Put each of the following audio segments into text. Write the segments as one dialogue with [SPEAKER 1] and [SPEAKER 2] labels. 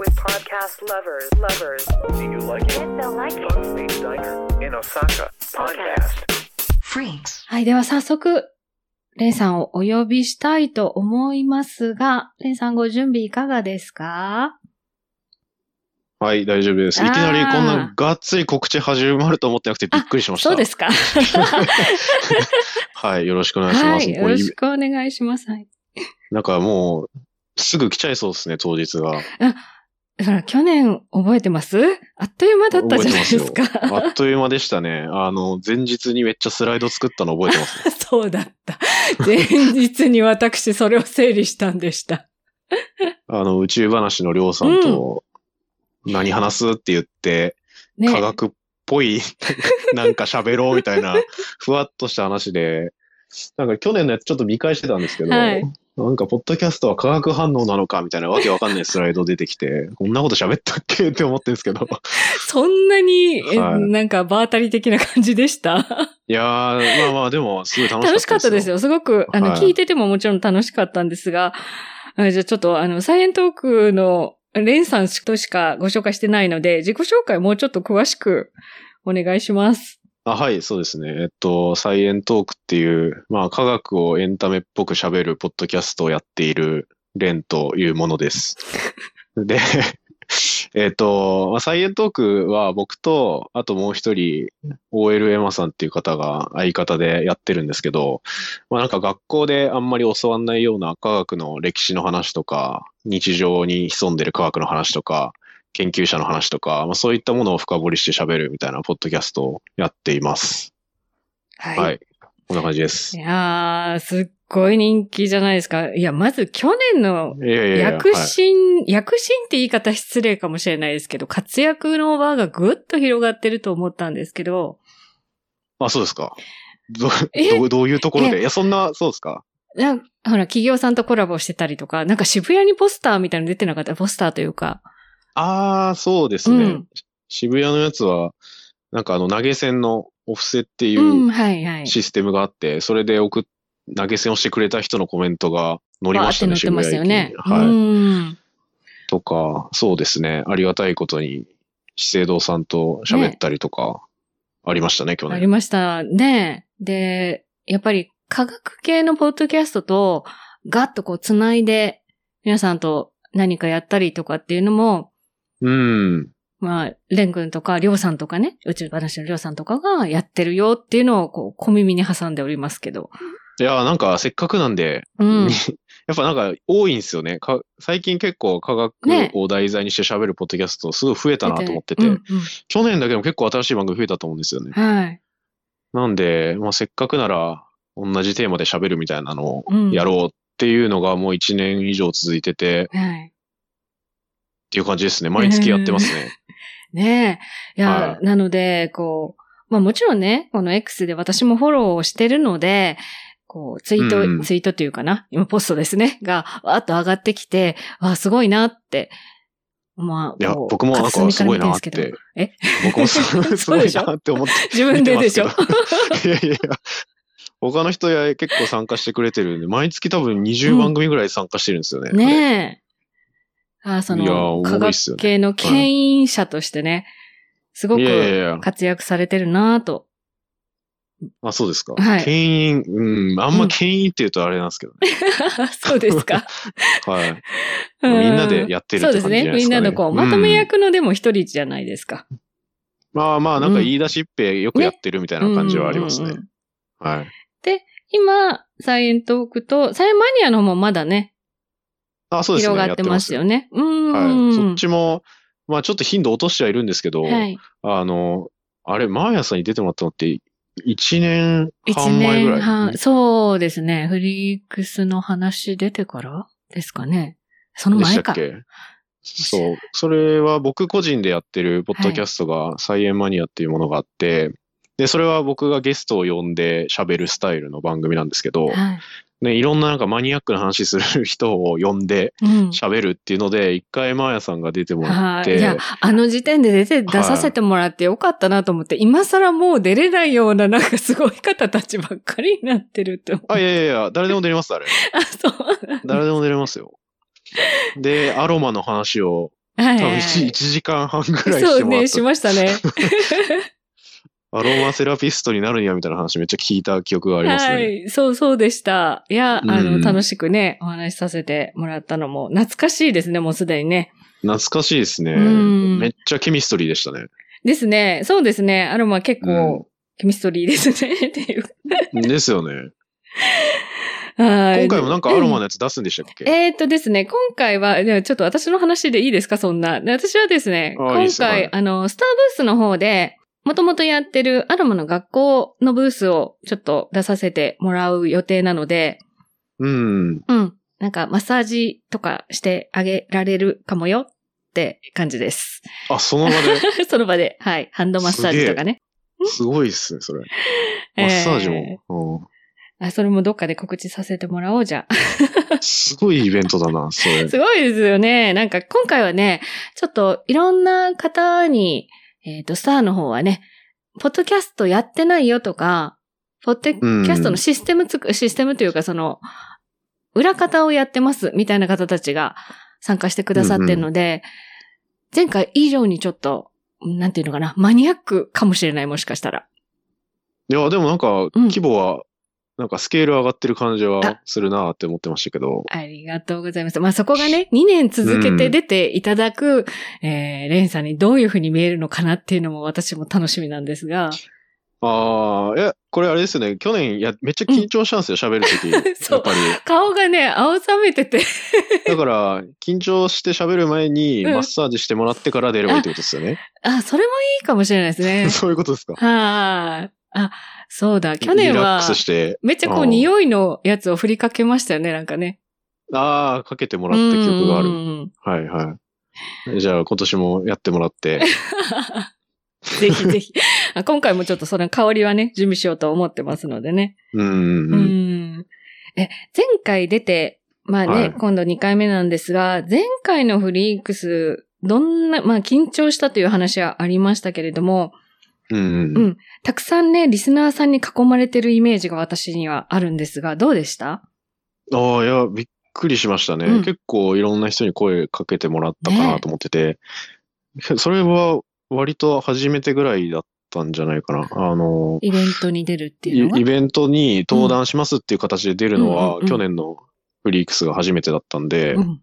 [SPEAKER 1] podcast lovers, lovers.
[SPEAKER 2] Do you like it?
[SPEAKER 1] So like it.
[SPEAKER 2] Funface Diner in Osaka podcast.
[SPEAKER 3] Freaks.
[SPEAKER 4] はい、では早速、レンさんをお呼びしたいと思いますが、レンさんご準備いかがですか
[SPEAKER 5] はい、大丈夫です。い
[SPEAKER 4] あー
[SPEAKER 5] きなりこんながっつり告知始まると思ってなくてびっくりしました。
[SPEAKER 4] そうですか。
[SPEAKER 5] はい、よろ しくお願いしま
[SPEAKER 4] は
[SPEAKER 5] す。
[SPEAKER 4] い、
[SPEAKER 5] も
[SPEAKER 4] よ
[SPEAKER 5] う
[SPEAKER 4] ろ
[SPEAKER 5] い
[SPEAKER 4] しくお願いします。はい、
[SPEAKER 5] なんかもう、すぐ来ちゃいそうですね、当日が。
[SPEAKER 4] だから去年覚えてますあっという間 だったじゃないですか。
[SPEAKER 5] 覚えてますよあっという間でしたね。あの、前日にめっちゃスライド作ったの覚えてます。
[SPEAKER 4] そうだった。前日に私それを整理したんでした。
[SPEAKER 5] あの、宇宙話のりょうさんと、何話すって言って、
[SPEAKER 4] ね。
[SPEAKER 5] 科学っぽい、 なんか喋ろうみたいな、ふわっとした話で、なんか去年のやつちょっと見返してたんですけど、
[SPEAKER 4] はい
[SPEAKER 5] なんか、ポッドキャストは化学反応なのかみたいなわけわかんないスライド出てきて、こんなこと喋ったっけって思ってるんですけど。
[SPEAKER 4] そんなに、え
[SPEAKER 5] はい
[SPEAKER 4] なんか場当たり的な感じでした。
[SPEAKER 5] いやー、まあまあ、でも、すごい楽しかったですよ。
[SPEAKER 4] 楽しかったですよ。すごく、あの、
[SPEAKER 5] はい
[SPEAKER 4] 聞いててももちろん楽しかったんですが、あじゃあちょっと、あの、サイエントークの、レンさんとしかご紹介してないので、自己紹介もうちょっと詳しくお願いします。
[SPEAKER 5] あはい、そうですね。えっと、サイエントークっていう、まあ、科学をエンタメっぽく喋るポッドキャストをやっているレンというものです。で、えっと、まあ、サイエントークは僕と、あともう一人、OL エマさんっていう方が相方でやってるんですけど、まあ、なんか学校であんまり教わんないような科学の歴史の話とか、日常に潜んでる科学の話とか、研究者の話とか、まあ、そういったものを深掘りして喋るみたいなポッドキャストをやっています。
[SPEAKER 4] は
[SPEAKER 5] はい。こんな感じです。
[SPEAKER 4] い
[SPEAKER 5] い
[SPEAKER 4] やー、すっごい人気じゃないですか。いや、まず去年の
[SPEAKER 5] やいやいや。
[SPEAKER 4] 躍進、躍進って言い方失礼かもしれないですけど、活躍の輪がぐっと広がってると思ったんですけど、
[SPEAKER 5] はい、あ、そうですか。ど、
[SPEAKER 4] え
[SPEAKER 5] どうどういうところ
[SPEAKER 4] いや
[SPEAKER 5] でいや、そんな、そうですか。
[SPEAKER 4] なんかほら、企業さんとコラボしてたりとか、なんか渋谷にポスターみたいなの出てなかったポスターというか。
[SPEAKER 5] あー、そうです
[SPEAKER 4] う
[SPEAKER 5] ね。
[SPEAKER 4] ん
[SPEAKER 5] 渋谷のやつは、なんかあの、投げ銭のオフセってい
[SPEAKER 4] うん、
[SPEAKER 5] う
[SPEAKER 4] はいはい。
[SPEAKER 5] システムがあって、それで送っ、投げ銭をしてくれた人のコメントが載りましたね、
[SPEAKER 4] バーって載ってますよね。
[SPEAKER 5] 渋谷駅にはい。
[SPEAKER 4] うん。
[SPEAKER 5] とか、そうですね。ありがたいことに、資生堂さんと喋ったりとか、ありましたね、去
[SPEAKER 4] あり
[SPEAKER 5] 年。
[SPEAKER 4] ましたね。で、やっぱり科学系のポッドキャストとガッとこうつないで皆さんと何かやったりとかっていうのも、
[SPEAKER 5] うん。
[SPEAKER 4] まあ、レン君とかりょうさんとかね、宇宙話のりょうさんとかがやってるよっていうのをこう小耳に挟んでおりますけど。
[SPEAKER 5] いやー、なんかせっかくなんで、
[SPEAKER 4] うん。
[SPEAKER 5] やっぱなんか多いんですよね。か最近結構科学
[SPEAKER 4] ね
[SPEAKER 5] を題材にして喋るポッドキャストすごい増えたなと思ってて、
[SPEAKER 4] うんうん
[SPEAKER 5] 去年だけでも結構新しい番組増えたと思うんですよね。
[SPEAKER 4] はい。
[SPEAKER 5] なんで、まあ、せっかくなら同じテーマで喋るみたいなのを
[SPEAKER 4] うん
[SPEAKER 5] やろうっていうのがもう1年以上続いてて、っ
[SPEAKER 4] はい。
[SPEAKER 5] ていう感じですね。毎月やってます ね。
[SPEAKER 4] ねえ。いや、
[SPEAKER 5] はい
[SPEAKER 4] なので、こう、まあもちろんね、この X で私もフォローをしてるので、こう、ツイート、
[SPEAKER 5] うん
[SPEAKER 4] ツイートというかな、今ポストですね、が、わーっと上がってきて、わあ、すごいなって。まあ、
[SPEAKER 5] いや、
[SPEAKER 4] こう
[SPEAKER 5] 僕もなんか
[SPEAKER 4] 片
[SPEAKER 5] す
[SPEAKER 4] 隅ら
[SPEAKER 5] ごい
[SPEAKER 4] 見るん
[SPEAKER 5] な
[SPEAKER 4] で
[SPEAKER 5] っ
[SPEAKER 4] すけど
[SPEAKER 5] て。
[SPEAKER 4] え
[SPEAKER 5] 僕もすす
[SPEAKER 4] そ
[SPEAKER 5] ご
[SPEAKER 4] うで
[SPEAKER 5] い
[SPEAKER 4] しょ
[SPEAKER 5] なって思って
[SPEAKER 4] 自分ででしょ
[SPEAKER 5] 見てますけどいやいやいや。他の人や結構参加してくれてるんで、毎月多分20番組ぐらい参加してるんですよね。
[SPEAKER 4] ねえ。ああそ
[SPEAKER 5] いや
[SPEAKER 4] の、
[SPEAKER 5] 多
[SPEAKER 4] 科
[SPEAKER 5] いっす
[SPEAKER 4] 学
[SPEAKER 5] よね
[SPEAKER 4] 系の牽引者としてね、すご
[SPEAKER 5] いやいやい
[SPEAKER 4] く
[SPEAKER 5] や。
[SPEAKER 4] 活躍されてるなぁと。
[SPEAKER 5] あ、そうですか。
[SPEAKER 4] はい
[SPEAKER 5] 牽引、うん、あんま牽引って言うとあれなんですけどね。
[SPEAKER 4] そうですか。
[SPEAKER 5] はい。みんなでやってるって感じじゃないですかね
[SPEAKER 4] そうですね。みんなのこう、まとめ役のでも一人じゃないですか。
[SPEAKER 5] まあまあ、なんか言い出しっぺよくやってるみたいな感じはあります
[SPEAKER 4] うんう
[SPEAKER 5] ね
[SPEAKER 4] んうん。
[SPEAKER 5] はい。
[SPEAKER 4] 今、サイエントークと、サイエマニアの方もまだね、
[SPEAKER 5] あ、そうですね。
[SPEAKER 4] 広がってますよ
[SPEAKER 5] ね。
[SPEAKER 4] ね。うー
[SPEAKER 5] はい。
[SPEAKER 4] ん。
[SPEAKER 5] そっちも、まあちょっと頻度落としてはいるんですけど、
[SPEAKER 4] はい。
[SPEAKER 5] あの、あれ、マーヤさんに出てもらったのって、1年
[SPEAKER 4] 一
[SPEAKER 5] 半前ぐら
[SPEAKER 4] 年
[SPEAKER 5] い。
[SPEAKER 4] 半、そうですね。フリークスの話出てからですかね。その
[SPEAKER 5] で
[SPEAKER 4] 前
[SPEAKER 5] した
[SPEAKER 4] か。
[SPEAKER 5] っけそう。それは僕個人でやってるポッドキャストが、サイエンマニアっていうものがあって、で、それは僕がゲストを呼んで喋るスタイルの番組なんですけど、
[SPEAKER 4] はい。
[SPEAKER 5] ね、いろんななんかマニアックな話する人を呼んで
[SPEAKER 4] うん。
[SPEAKER 5] 喋るっていうので、一回マーヤさんが出てもら
[SPEAKER 4] は
[SPEAKER 5] っ
[SPEAKER 4] い。いや
[SPEAKER 5] て、、
[SPEAKER 4] あの時点で出て、
[SPEAKER 5] い
[SPEAKER 4] 出させてもらってよかったなと思って、今更もう出れないような、なんかすごい方たちばっかりになってると思う。
[SPEAKER 5] あ、いやいやいや、誰でも出れます、あれ。
[SPEAKER 4] あ、そう。
[SPEAKER 5] 誰でも出れますよ。で、アロマの話を
[SPEAKER 4] はい
[SPEAKER 5] 多
[SPEAKER 4] は
[SPEAKER 5] 分
[SPEAKER 4] い。
[SPEAKER 5] 1, 時間半ぐらいし
[SPEAKER 4] そ
[SPEAKER 5] て
[SPEAKER 4] う
[SPEAKER 5] もら
[SPEAKER 4] ね、
[SPEAKER 5] った
[SPEAKER 4] し。ましたね。
[SPEAKER 5] アロマセラピストになるにはみたいな話めっちゃ聞いた記 憶がありますね。
[SPEAKER 4] はい、そうそうでした。いや、あ
[SPEAKER 5] う
[SPEAKER 4] の、
[SPEAKER 5] ん
[SPEAKER 4] 楽しくね、お話しさせてもらったのも、懐かしいですね、もうすでにね。
[SPEAKER 5] 懐かしいですね。
[SPEAKER 4] うん
[SPEAKER 5] めっちゃケミストリーでしたね。
[SPEAKER 4] ですね、そうですね、アロマ結
[SPEAKER 5] うん
[SPEAKER 4] 構、ケミストリーですね、 っていう。
[SPEAKER 5] ですよね。
[SPEAKER 4] はい。
[SPEAKER 5] 今回もなんかアロマのやつ出すんでしたっけ
[SPEAKER 4] えーっとですね、今回は、でもちょっと私の話でいいですか、そんな。で私はですね、
[SPEAKER 5] あいい
[SPEAKER 4] 今
[SPEAKER 5] っすよは
[SPEAKER 4] 回
[SPEAKER 5] い、
[SPEAKER 4] あの、スターブースの方で、もともとやってるアロマの学校のブースをちょっと出させてもらう予定なので、
[SPEAKER 5] うん。
[SPEAKER 4] うん。なんかマッサージとかしてあげられるかもよって感じです。
[SPEAKER 5] あ、その場 で。
[SPEAKER 4] その場で、はい。ハンドマッサージとかね。
[SPEAKER 5] すごいっすね、それ。マッサージも。うん
[SPEAKER 4] あ、それもどっかで告知させてもらおうじゃん。
[SPEAKER 5] すごいイベントだな、そ れ。
[SPEAKER 4] すごいですよね。なんか今回はね、ちょっといろんな方に、えっ、と、スターの方はね、ポッドキャストやってないよとか、ポッドキャストのシステムつく、システムというかその、裏方をやってますみたいな方たちが参加してくださってるので、前回以上にちょっと、なんていうのかな、マニアックかもしれない、もしかしたら。
[SPEAKER 5] いや、でもなんか、
[SPEAKER 4] ん
[SPEAKER 5] 規模は、なんかスケール上がってる感じは
[SPEAKER 4] あ
[SPEAKER 5] するなって思ってましたけど。
[SPEAKER 4] ありがとうございます。まあ、そこがね、2年続けて出ていただく、えー、レンさんにどういうふうに見えるのかなっていうのも私も楽しみなんですが。
[SPEAKER 5] ああ、え、これあれですよね。去年、いや、めっちゃ緊張したんですよ、喋るとき。や
[SPEAKER 4] そう
[SPEAKER 5] っぱり。
[SPEAKER 4] 顔がね、青ざめて て。
[SPEAKER 5] だから、緊張して喋る前に、
[SPEAKER 4] うん
[SPEAKER 5] マッサージしてもらってから出ればいいってことですよね。
[SPEAKER 4] あ、それもいいかもしれないですね。
[SPEAKER 5] そういうことですか。
[SPEAKER 4] はい。あ、そうだ。去年
[SPEAKER 5] リラッ
[SPEAKER 4] は
[SPEAKER 5] ク、スして、
[SPEAKER 4] めっちゃこ
[SPEAKER 5] う
[SPEAKER 4] うん匂いのやつを振りかけましたよね、なんかね。
[SPEAKER 5] ああ、かけてもらった記憶があ
[SPEAKER 4] うん
[SPEAKER 5] る。
[SPEAKER 4] うんうん。
[SPEAKER 5] はいはい。じゃあ、今年もやっても らって。
[SPEAKER 4] ぜひぜひ。あ今回もちょっとその香りはね、準備しようと思ってますのでね。
[SPEAKER 5] うんうん
[SPEAKER 4] う
[SPEAKER 5] うん。
[SPEAKER 4] ん。え、前回出て、まあね、
[SPEAKER 5] はい
[SPEAKER 4] 今度2回目なんですが、前回のフリークス、どんな、まあ緊張したという話はありましたけれども、
[SPEAKER 5] うんう。
[SPEAKER 4] うんんたくさんね、リスナーさんに囲まれてるイメージが私にはあるんですが、どうでした
[SPEAKER 5] ああ、いや、びっくりしましたね。
[SPEAKER 4] うん
[SPEAKER 5] 結構いろんな人に声かけてもらったかなと思ってて、それは割と初めてぐらいだったんじゃないかな。あの、
[SPEAKER 4] イベントに出るっていうのは。
[SPEAKER 5] イイベントに登壇しますっていう形で出るの
[SPEAKER 4] うんうん
[SPEAKER 5] は
[SPEAKER 4] うん、うん
[SPEAKER 5] 去年のフリークスが初めてだったんで、
[SPEAKER 4] うん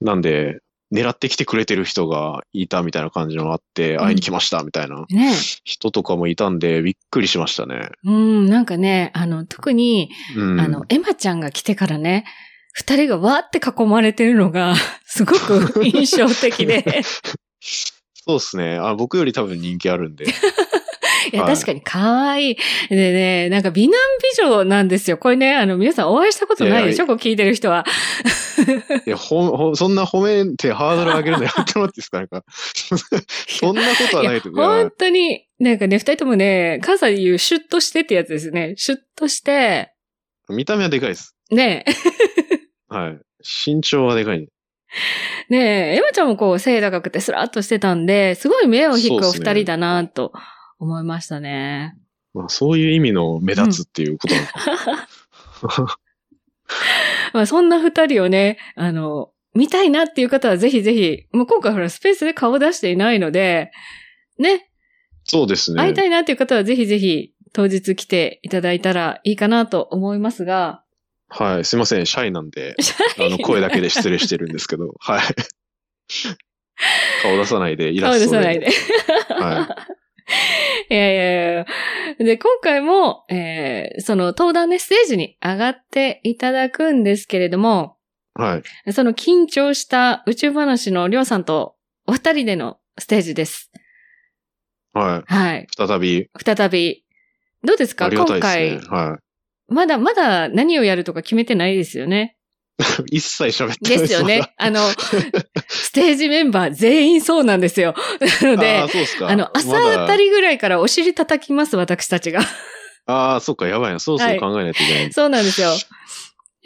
[SPEAKER 5] なんで、狙ってきてくれてる人がいたみたいな感じのがあって、
[SPEAKER 4] ん
[SPEAKER 5] 会いに来ましたみたいな
[SPEAKER 4] ね
[SPEAKER 5] 人とかもいたんで、びっくりしましたね。
[SPEAKER 4] うん、なんかね、あの、特に、
[SPEAKER 5] うん。
[SPEAKER 4] あの、エマちゃんが来てからね、二人がわーって囲まれてるのが、すごく 印象的で。
[SPEAKER 5] そうですねあ。僕より多分人気あるんで。
[SPEAKER 4] いや、
[SPEAKER 5] はい
[SPEAKER 4] 確かに可愛い。でね、なんか美男美女なんですよ。これね、あの、皆さんお会いしたことないでしょこう聞いてる人は。
[SPEAKER 5] いや、ほん、 ほん、そんな褒めてハードル上げるのやってもらっていいですかなん か、そんなことはないと
[SPEAKER 4] い
[SPEAKER 5] い
[SPEAKER 4] や
[SPEAKER 5] や
[SPEAKER 4] 本当に、なんかね、二人ともね、関西で言うシュッとしてってやつですね。シュッとして、
[SPEAKER 5] 見た目はでかいです。
[SPEAKER 4] ね
[SPEAKER 5] はい。身長はでかい、
[SPEAKER 4] え、ねえ、エマちゃんもこう背高くてスラッとしてたんで、すごい目を引く
[SPEAKER 5] そう
[SPEAKER 4] お
[SPEAKER 5] っす
[SPEAKER 4] 二
[SPEAKER 5] ね
[SPEAKER 4] 人だなと思いましたね。
[SPEAKER 5] まあ、そういう意味の目立つっていうことなのか な。
[SPEAKER 4] まあそんな二人をね、あの、見たいなっていう方はぜひぜひ、もう今回ほらスペースで顔出していないので、ね、
[SPEAKER 5] そうですね。
[SPEAKER 4] 会いたいなっていう方はぜひぜひ当日来ていただいたらいいかなと思いますが、
[SPEAKER 5] はい。すいません。シャイなんで、
[SPEAKER 4] シャイ
[SPEAKER 5] あの、声だけで失礼してるんですけ ど、はい。 顔出さないで、イラ
[SPEAKER 4] 顔
[SPEAKER 5] ス
[SPEAKER 4] 出
[SPEAKER 5] トで。
[SPEAKER 4] さないで。
[SPEAKER 5] はい
[SPEAKER 4] やいやいや。で、今回も、えーその登壇ね、ステージに上がっていただくんですけれども、
[SPEAKER 5] い。はい。
[SPEAKER 4] その緊張した宇宙話のりょうさんとお二人でのステージです。
[SPEAKER 5] は
[SPEAKER 4] はい。
[SPEAKER 5] い。再び、
[SPEAKER 4] 再び。どうですか
[SPEAKER 5] ありがた
[SPEAKER 4] 今
[SPEAKER 5] い で
[SPEAKER 4] 回
[SPEAKER 5] すね。。は
[SPEAKER 4] まだまだ何をやるとか決めてないですよね。
[SPEAKER 5] い。一切喋ってない
[SPEAKER 4] ですよ
[SPEAKER 5] ま
[SPEAKER 4] ね。あの、ステージメンバー全員そうなんですよ。なの
[SPEAKER 5] だ。あ
[SPEAKER 4] で
[SPEAKER 5] あー、、そうっすか。
[SPEAKER 4] あの、朝あた
[SPEAKER 5] り。
[SPEAKER 4] りぐらいからお尻叩きます、私たちが。
[SPEAKER 5] ああ、そっか、やばいな。そうそ
[SPEAKER 4] は
[SPEAKER 5] う
[SPEAKER 4] い
[SPEAKER 5] 考えないといけない。
[SPEAKER 4] そうなんですよ。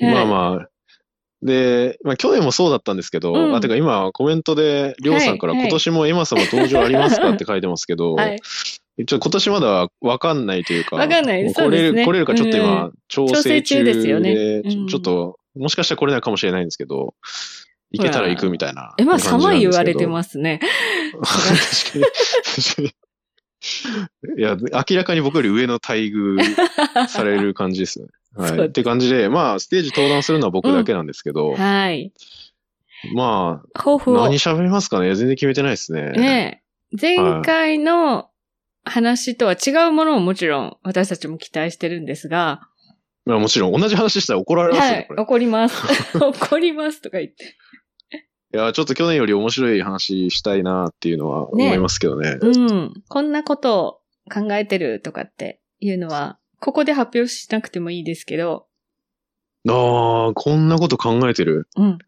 [SPEAKER 5] まあ
[SPEAKER 4] あ。
[SPEAKER 5] まあ。で、まあ去年もそうだったんですけど、
[SPEAKER 4] うん
[SPEAKER 5] あ、てか今コメントで、りょうさんから
[SPEAKER 4] はいはい
[SPEAKER 5] 今年もエマ様登場ありますかって書いてますけ ど、
[SPEAKER 4] はい。
[SPEAKER 5] ちょっと今年まだわかんないというか、
[SPEAKER 4] わかんないそ
[SPEAKER 5] 来
[SPEAKER 4] う
[SPEAKER 5] れ
[SPEAKER 4] です
[SPEAKER 5] る、
[SPEAKER 4] ね
[SPEAKER 5] 来れるかちょっと
[SPEAKER 4] う
[SPEAKER 5] 今、調
[SPEAKER 4] 調整
[SPEAKER 5] 整
[SPEAKER 4] 中
[SPEAKER 5] 中
[SPEAKER 4] ですよね
[SPEAKER 5] で
[SPEAKER 4] うん
[SPEAKER 5] ちょちょっと、もしかしたら来れないかもしれないんですけど、行けたら行くみたいな。
[SPEAKER 4] え、まあ、寒い言われてますすね。
[SPEAKER 5] 確かに。確かに。いや、明らかに僕より上の待遇される感じですよ ね。
[SPEAKER 4] そう
[SPEAKER 5] は
[SPEAKER 4] で
[SPEAKER 5] い。
[SPEAKER 4] す
[SPEAKER 5] って感じで、まあ、ステージ登壇するのは僕だけなんですけど、
[SPEAKER 4] はい。
[SPEAKER 5] ま
[SPEAKER 4] 抱
[SPEAKER 5] あ、
[SPEAKER 4] 負を
[SPEAKER 5] 何。喋りますかね全然決めてないですね。
[SPEAKER 4] ねえ前回の話とは違うものをもちろん私たちも期待してるんですが、
[SPEAKER 5] まあ、もちろん、同じ話したら怒られますよ、
[SPEAKER 4] はい
[SPEAKER 5] こ、れ。
[SPEAKER 4] 怒り ます。怒りますとか言って。
[SPEAKER 5] いや、ちょっと去年より面白い話したいなっていうのは
[SPEAKER 4] ね
[SPEAKER 5] 思いますけどね。
[SPEAKER 4] うん。こんなことを考えてるとかっていうのは、ここで発表しなくてもいいですけど、
[SPEAKER 5] ああ、こんなこと考えてる。
[SPEAKER 4] うん。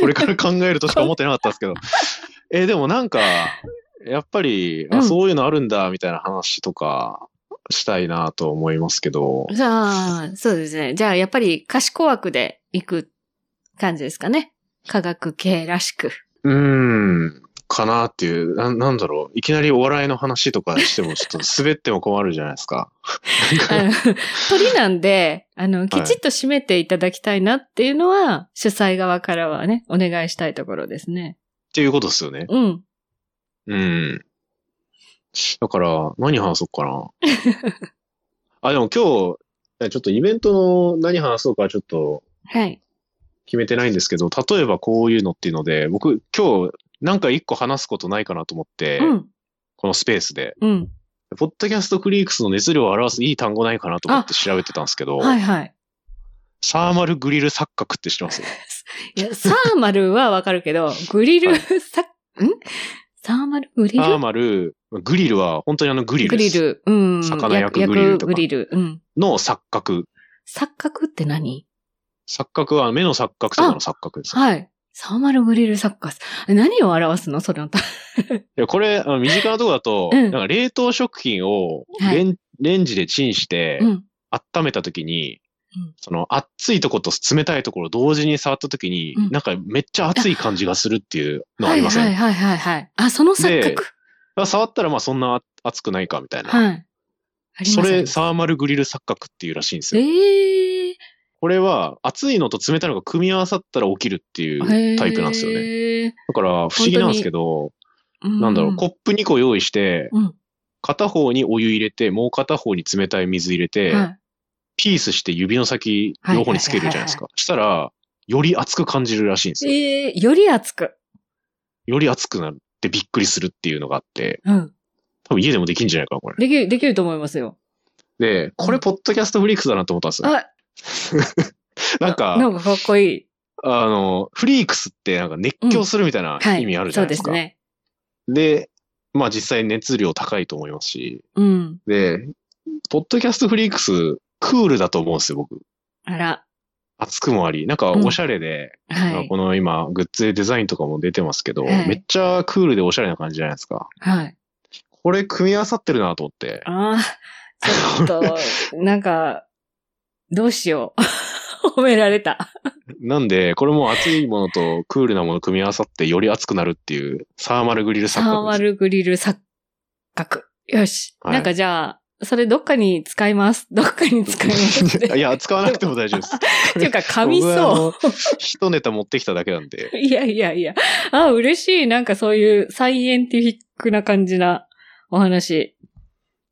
[SPEAKER 5] これから考えるとしか思ってなかったんです けど。えーでもなんか、やっぱり、あ
[SPEAKER 4] うん
[SPEAKER 5] そういうのあるんだ、みたいな話とか、したいなと思いますけど。
[SPEAKER 4] じゃあ、そうですね。じゃあ、やっぱり賢枠で行く感じですかね。科学系らしく。
[SPEAKER 5] うーん、かなっていう、ななんだろう。いきなりお笑いの話とかしても、ちょっと滑っても困るじゃないですか。
[SPEAKER 4] あの 鳥なんで、あの、きちっと締めていただきたいなっていうのは、主催側からはね、お願いしたいところですね。
[SPEAKER 5] っていうことですよね。
[SPEAKER 4] うん。
[SPEAKER 5] うん。だから、何話そう かな。あ、でも今日、ちょっとイベントの何話そうかちょっと
[SPEAKER 4] はい。
[SPEAKER 5] 決めてないんですけど、例えばこういうのっていうので、僕今日なんか一個話すことないかなと思って、
[SPEAKER 4] うん。
[SPEAKER 5] このスペースで、
[SPEAKER 4] うん。
[SPEAKER 5] ポッドキャストクリークスの熱量を表すいい単語ないかなと思って調べてたんですけど、
[SPEAKER 4] はいはい。
[SPEAKER 5] サーマルグリル錯覚って知ってます
[SPEAKER 4] いや、サーマルはわかるけど、グリル、
[SPEAKER 5] は
[SPEAKER 4] さ、んサーマルグリ
[SPEAKER 5] サー
[SPEAKER 4] ル
[SPEAKER 5] マル、グリルは本当にあのグリル
[SPEAKER 4] グ
[SPEAKER 5] で
[SPEAKER 4] リ
[SPEAKER 5] す
[SPEAKER 4] ル。うん。
[SPEAKER 5] 魚焼く
[SPEAKER 4] や
[SPEAKER 5] グリルとか
[SPEAKER 4] グリル。うん。
[SPEAKER 5] の錯覚。
[SPEAKER 4] 錯覚って何
[SPEAKER 5] 錯覚は目の錯覚とかの錯覚です。
[SPEAKER 4] はい。サーマルグリル錯覚。え何を表すのそれの単
[SPEAKER 5] いや、これ、あの身近なとこだと、
[SPEAKER 4] うん
[SPEAKER 5] なんか冷凍食品を
[SPEAKER 4] はい
[SPEAKER 5] レン,、レンジでチンして、
[SPEAKER 4] うん。
[SPEAKER 5] 温めたときに、
[SPEAKER 4] うん
[SPEAKER 5] その熱いとこと冷たいところを同時に触ったときに、
[SPEAKER 4] うん
[SPEAKER 5] なんかめっちゃ熱い感じがするっていうのあ
[SPEAKER 4] は
[SPEAKER 5] り
[SPEAKER 4] い
[SPEAKER 5] ません、
[SPEAKER 4] はいはいはいはい。あ、その錯覚。
[SPEAKER 5] 触ったらまあそんな熱くないかみたいな。
[SPEAKER 4] はい。あり
[SPEAKER 5] そ
[SPEAKER 4] ます
[SPEAKER 5] れ、
[SPEAKER 4] ね。
[SPEAKER 5] サーマルグリル錯覚っていうらしいんですよ。
[SPEAKER 4] ええ
[SPEAKER 5] これは、熱いのと冷たいのが組み合わさったら起きるっていうタイプなんですよね。
[SPEAKER 4] ね。
[SPEAKER 5] だから、不思議なんですけど、なんだろう、コップ2個用意して、
[SPEAKER 4] うん。
[SPEAKER 5] 片方にお湯入れて、もう片方に冷たい水入れて、
[SPEAKER 4] はい
[SPEAKER 5] ピースして指の先、
[SPEAKER 4] はい
[SPEAKER 5] 両方につけるじゃないですか。したら、より熱く感じるらしいんですよ。
[SPEAKER 4] ええより熱く。
[SPEAKER 5] より熱くなってびっくりするっていうのがあって、
[SPEAKER 4] うん。
[SPEAKER 5] 多分家でもできんじゃないかな、これ。
[SPEAKER 4] できる、できると思いますよ。
[SPEAKER 5] で、これ、ポッドキャストフリークスだなと思ったんですよ。
[SPEAKER 4] あ、
[SPEAKER 5] なん
[SPEAKER 4] な
[SPEAKER 5] か、
[SPEAKER 4] んかかっこいい。
[SPEAKER 5] あの、フリークスってなんか熱狂するみたいな
[SPEAKER 4] はい。
[SPEAKER 5] 意味あるじゃないです
[SPEAKER 4] そ
[SPEAKER 5] か。
[SPEAKER 4] うですね。
[SPEAKER 5] で、まあ実際熱量高いと思いますし、
[SPEAKER 4] うん。
[SPEAKER 5] で、ポッドキャストフリークス、クールだと思うんですよ、僕。
[SPEAKER 4] あら。
[SPEAKER 5] 熱くもあり、なんかおしゃれで、
[SPEAKER 4] は
[SPEAKER 5] まあ
[SPEAKER 4] い
[SPEAKER 5] こ。の今、グッズでデザインとかも出てますけど、
[SPEAKER 4] はい
[SPEAKER 5] めっちゃクールでおしゃれな感じじゃないですか。
[SPEAKER 4] はい。
[SPEAKER 5] これ組み合わさってるなと思って。
[SPEAKER 4] ああ、ちょっ と、なんか、どうしよう。褒 められた。
[SPEAKER 5] なんで、これも熱いものとクールなもの組み合わさってより熱くなるっていう、サーマルグリル錯
[SPEAKER 4] サーマ
[SPEAKER 5] 覚です。
[SPEAKER 4] ルグリル錯覚。よし。
[SPEAKER 5] はい
[SPEAKER 4] なんかじゃあ、それどっかに使います。 どっかに使います、ね。
[SPEAKER 5] いや、使わなくても大丈夫です。
[SPEAKER 4] っていうか、 噛み
[SPEAKER 5] 僕はあ
[SPEAKER 4] そ
[SPEAKER 5] の。一ネタ持ってきただけなんで。
[SPEAKER 4] う。いやいやいや。あ、嬉しい。なんかそういうサイエンティフィックな感じなお話。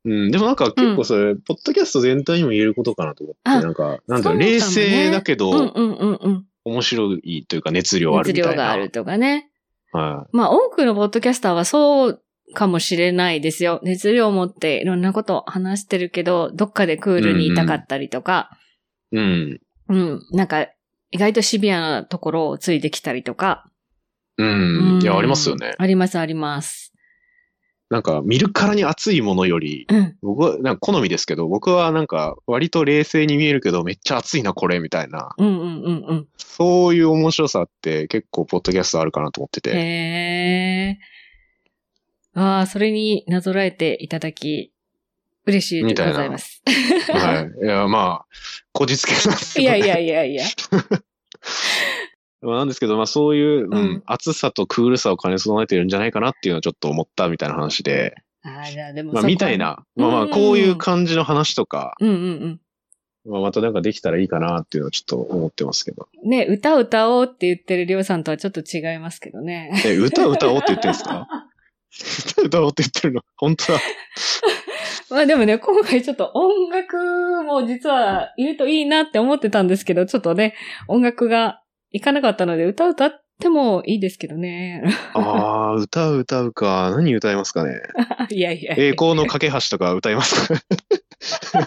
[SPEAKER 5] うん、でもなんか結構それ、ポッドキャスト全体にも言えることかなと思って、
[SPEAKER 4] あ
[SPEAKER 5] なんか、なんだ
[SPEAKER 4] そうかも
[SPEAKER 5] ろう、
[SPEAKER 4] ね
[SPEAKER 5] 冷静だけ
[SPEAKER 4] うん
[SPEAKER 5] ど、
[SPEAKER 4] うんうんうん。
[SPEAKER 5] 面白いというか熱量ある
[SPEAKER 4] 熱
[SPEAKER 5] みた
[SPEAKER 4] 量
[SPEAKER 5] いな。
[SPEAKER 4] があるとかね。
[SPEAKER 5] は
[SPEAKER 4] まあ多くのポッドキャスターはそうかもしれないですよ。熱量を持っていろんなことを話してるけど、どっかでクールにいたかったりとか、
[SPEAKER 5] い。うん。
[SPEAKER 4] うん、なんか意外とシビアなところをついてきたりとか。
[SPEAKER 5] うん。いや、
[SPEAKER 4] うん
[SPEAKER 5] ありますよね。
[SPEAKER 4] ありますあります。
[SPEAKER 5] なんか、見るからに熱いものより、
[SPEAKER 4] うん。
[SPEAKER 5] 僕は、なんか好みですけど、僕はなんか、割と冷静に見えるけど、めっちゃ熱いな、これ、みたいな。
[SPEAKER 4] うんうんうん
[SPEAKER 5] そういう面白さって結構、ポッドキャストあるかなと思って
[SPEAKER 4] うん。
[SPEAKER 5] て。
[SPEAKER 4] へー。ああ、それになぞらえていただき、嬉しいでございます。
[SPEAKER 5] はい。いや、まあ、こじつけなんですけ
[SPEAKER 4] い
[SPEAKER 5] ど
[SPEAKER 4] や
[SPEAKER 5] ね
[SPEAKER 4] いやいやいや。
[SPEAKER 5] まあなんですけど、まあそういう、う
[SPEAKER 4] うんん、
[SPEAKER 5] 暑さとクールさを兼ね備えてるんじゃないかなっていうのはちょっと思ったみたいな話で、
[SPEAKER 4] あら、でも
[SPEAKER 5] まあ
[SPEAKER 4] そこ
[SPEAKER 5] みたい。な、
[SPEAKER 4] うん
[SPEAKER 5] まあまあこういう感じの話とか、
[SPEAKER 4] うんうんうん。
[SPEAKER 5] まあ、またなんかできたらいいかなっていうのはちょっと思ってますけど。
[SPEAKER 4] ね、歌歌おうって言ってるりょうさんとはちょっと違いますけどね。
[SPEAKER 5] え、歌歌おうって言ってんですか歌歌おうって言ってるの本当だ。
[SPEAKER 4] まあでもね、今回ちょっと音楽も実はいるといいなって思ってたんですけど、ちょっとね、音楽がいかなかったので、歌歌ってもいいですけどね。
[SPEAKER 5] ああ、歌う歌うか。何歌いますかね。
[SPEAKER 4] いやいやいや
[SPEAKER 5] 栄光の架け橋とか歌いますか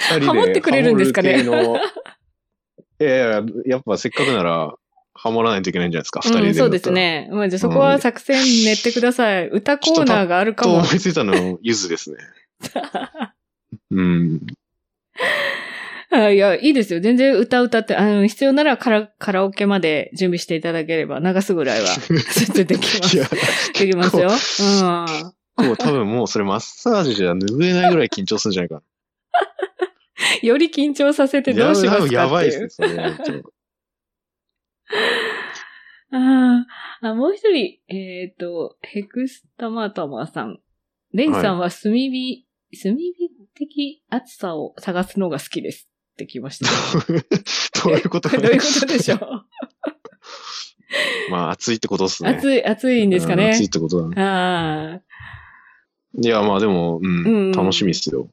[SPEAKER 5] 二人で
[SPEAKER 4] ハモってくれるんですかね
[SPEAKER 5] ハモる系のいやいや、やっぱせっかくなら、ハモらないといけないんじゃないですか、二人で、
[SPEAKER 4] うん、そうです。ね。まあじゃあそこは作戦練ってください。歌コーナーがあるか
[SPEAKER 5] と
[SPEAKER 4] も
[SPEAKER 5] 思。いついたの、ゆずですね。うん。
[SPEAKER 4] あいや、いいですよ。全然歌歌って、あの、必要ならカラカラオケまで準備していただければ、流すぐら いは、全然できま
[SPEAKER 5] い
[SPEAKER 4] す。
[SPEAKER 5] や、
[SPEAKER 4] できますよ。うん。
[SPEAKER 5] もう多分もうそれマッサージじゃ拭えないぐらい緊張するんじゃないかな。
[SPEAKER 4] より緊張させてどうしますかっていう。
[SPEAKER 5] やばいですね、それは本 当に。
[SPEAKER 4] あーあ、もう一人、えっ、と、ヘクスタマタマさん。レンさんは炭火、炭火的暑さを探すのが好きですってきました。
[SPEAKER 5] どういうこと
[SPEAKER 4] ど
[SPEAKER 5] か
[SPEAKER 4] う
[SPEAKER 5] ね
[SPEAKER 4] いうことでしょう
[SPEAKER 5] まあ、暑いってことですね。
[SPEAKER 4] 暑い、暑いんですか
[SPEAKER 5] う
[SPEAKER 4] ね
[SPEAKER 5] 暑い。ってことだね。
[SPEAKER 4] ああ、
[SPEAKER 5] いや、まあでも、う
[SPEAKER 4] うんうん
[SPEAKER 5] ん、楽しみっすよ。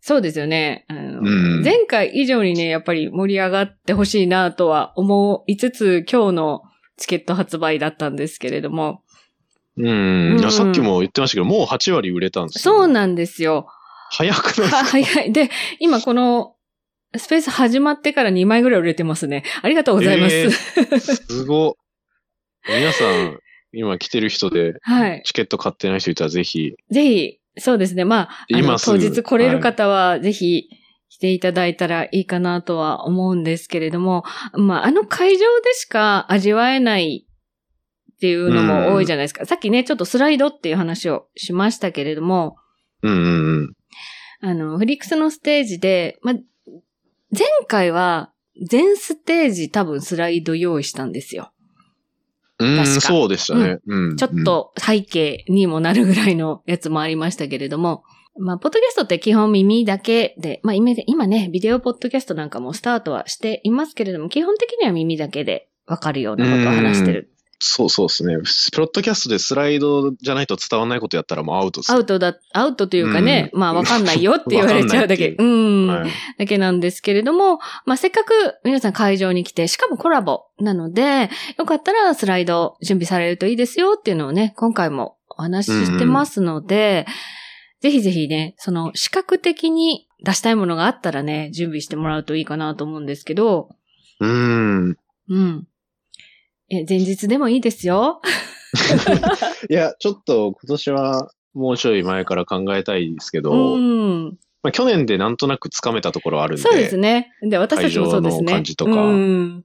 [SPEAKER 4] そうですよね。あの
[SPEAKER 5] うん
[SPEAKER 4] 前回以上にね、やっぱり盛り上がってほしいなとは思いつつ、今日のチケット発売だったんですけれども、
[SPEAKER 5] う
[SPEAKER 4] う
[SPEAKER 5] ん。
[SPEAKER 4] ん
[SPEAKER 5] い
[SPEAKER 4] うん
[SPEAKER 5] やさっきも言ってましたけど、もう8割売れたんですよ
[SPEAKER 4] そうなんですよ。
[SPEAKER 5] 早くない
[SPEAKER 4] は、早い。で、今この、スペース始まってから2枚ぐらい売れてますね。ありがとうございます。
[SPEAKER 5] えーすごっ。皆さん、今来てる人で、
[SPEAKER 4] はい。
[SPEAKER 5] チケット買ってない人いたらぜひ、
[SPEAKER 4] ぜひ、そうですね。まあ、あの
[SPEAKER 5] 今す
[SPEAKER 4] 当
[SPEAKER 5] ぐ
[SPEAKER 4] 日来れる方は、ぜひ、来ていただいたらいいかなとは思うんですけれども、まあ、あの会場でしか味わえないっていうのも多いじゃないですか。さっきね、ちょっとスライドっていう話をしましたけれども、
[SPEAKER 5] うんうんうん。
[SPEAKER 4] あの、フリックスのステージで、ま、前回は全ステージ多分スライド用意したんですよ。
[SPEAKER 5] うん、
[SPEAKER 4] 確か
[SPEAKER 5] そうでしたね。うん。
[SPEAKER 4] ちょっと背景にもなるぐらいのやつもありましたけれども。まあ、ポッドキャストって基本耳だけで、まあ、今今ね、ビデオポッドキャストなんかもスタートはしていますけれども、基本的には耳だけでわかるようなことを話してる。
[SPEAKER 5] そうそうですね。プロットキャストでスライドじゃないと伝わらないことやったらもうアウトです。
[SPEAKER 4] アウトだ、アウトというかね、まあわかんないよって言われちゃうだけ。
[SPEAKER 5] わ
[SPEAKER 4] う
[SPEAKER 5] か
[SPEAKER 4] ん、
[SPEAKER 5] はい。
[SPEAKER 4] だけなんですけれども、まあ、せっかく皆さん会場に来て、しかもコラボなので、よかったらスライド準備されるといいですよっていうのをね、今回もお話ししてますので、ぜひぜひね、その視覚的に出したいものがあったらね、準備してもらうといいかなと思うんですけど、
[SPEAKER 5] うん。
[SPEAKER 4] うん。え、前日でもいいですよ。
[SPEAKER 5] いや、ちょっと今年はもうちょい前から考えたいですけど、
[SPEAKER 4] うん。
[SPEAKER 5] まあ、去年でなんとなくつかめたところあるんで、
[SPEAKER 4] そうですね。で、私たちもそうですね。
[SPEAKER 5] 会場の感じとか
[SPEAKER 4] うん。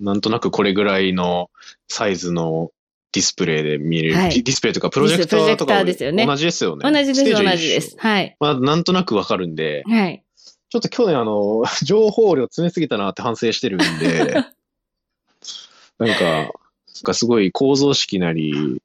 [SPEAKER 5] なんとなくこれぐらいのサイズのディスプレイで見れる。
[SPEAKER 4] はい
[SPEAKER 5] ディディスプレイというかプロジェクターとか
[SPEAKER 4] プロジェクターですよね
[SPEAKER 5] 同じですよね。
[SPEAKER 4] 同じです、
[SPEAKER 5] ステー
[SPEAKER 4] 同
[SPEAKER 5] ジは一緒
[SPEAKER 4] じです。。はい。
[SPEAKER 5] まあ、なんとなくわかるんで、
[SPEAKER 4] はい。
[SPEAKER 5] ちょっと去年あの、 情報量詰めすぎたなって反省してるん で、なんか、なんかすごい構造式なり、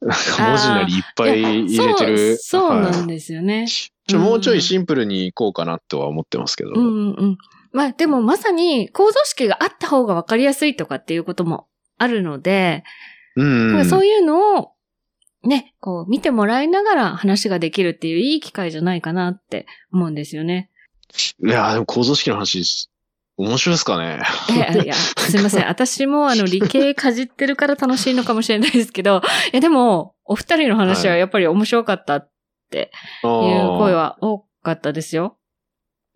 [SPEAKER 5] なんか文字なりいっぱい
[SPEAKER 4] い
[SPEAKER 5] 入
[SPEAKER 4] や
[SPEAKER 5] れてる。
[SPEAKER 4] そうそうなん
[SPEAKER 5] はい
[SPEAKER 4] ですよね。
[SPEAKER 5] ちょもうちょいシンプルにいこうかなとは思ってますけど。
[SPEAKER 4] うんうんうん。まあでもまさに構造式があった方がわかりやすいとかっていうこともあるので、
[SPEAKER 5] うん
[SPEAKER 4] なんかそう
[SPEAKER 5] い
[SPEAKER 4] いうのをね、こう見てもらいながら話ができるっていういい機会じゃないかなって思うんですよね。
[SPEAKER 5] や、でも構造式の話です、面白いですかね。
[SPEAKER 4] いや、いや、すいません。私もあの理系かじってるから楽しいのかもしれないですけど、 いやでも、お二人の話はやっぱり面白かったって
[SPEAKER 5] あ
[SPEAKER 4] いう
[SPEAKER 5] ー
[SPEAKER 4] 声は多かったですよ。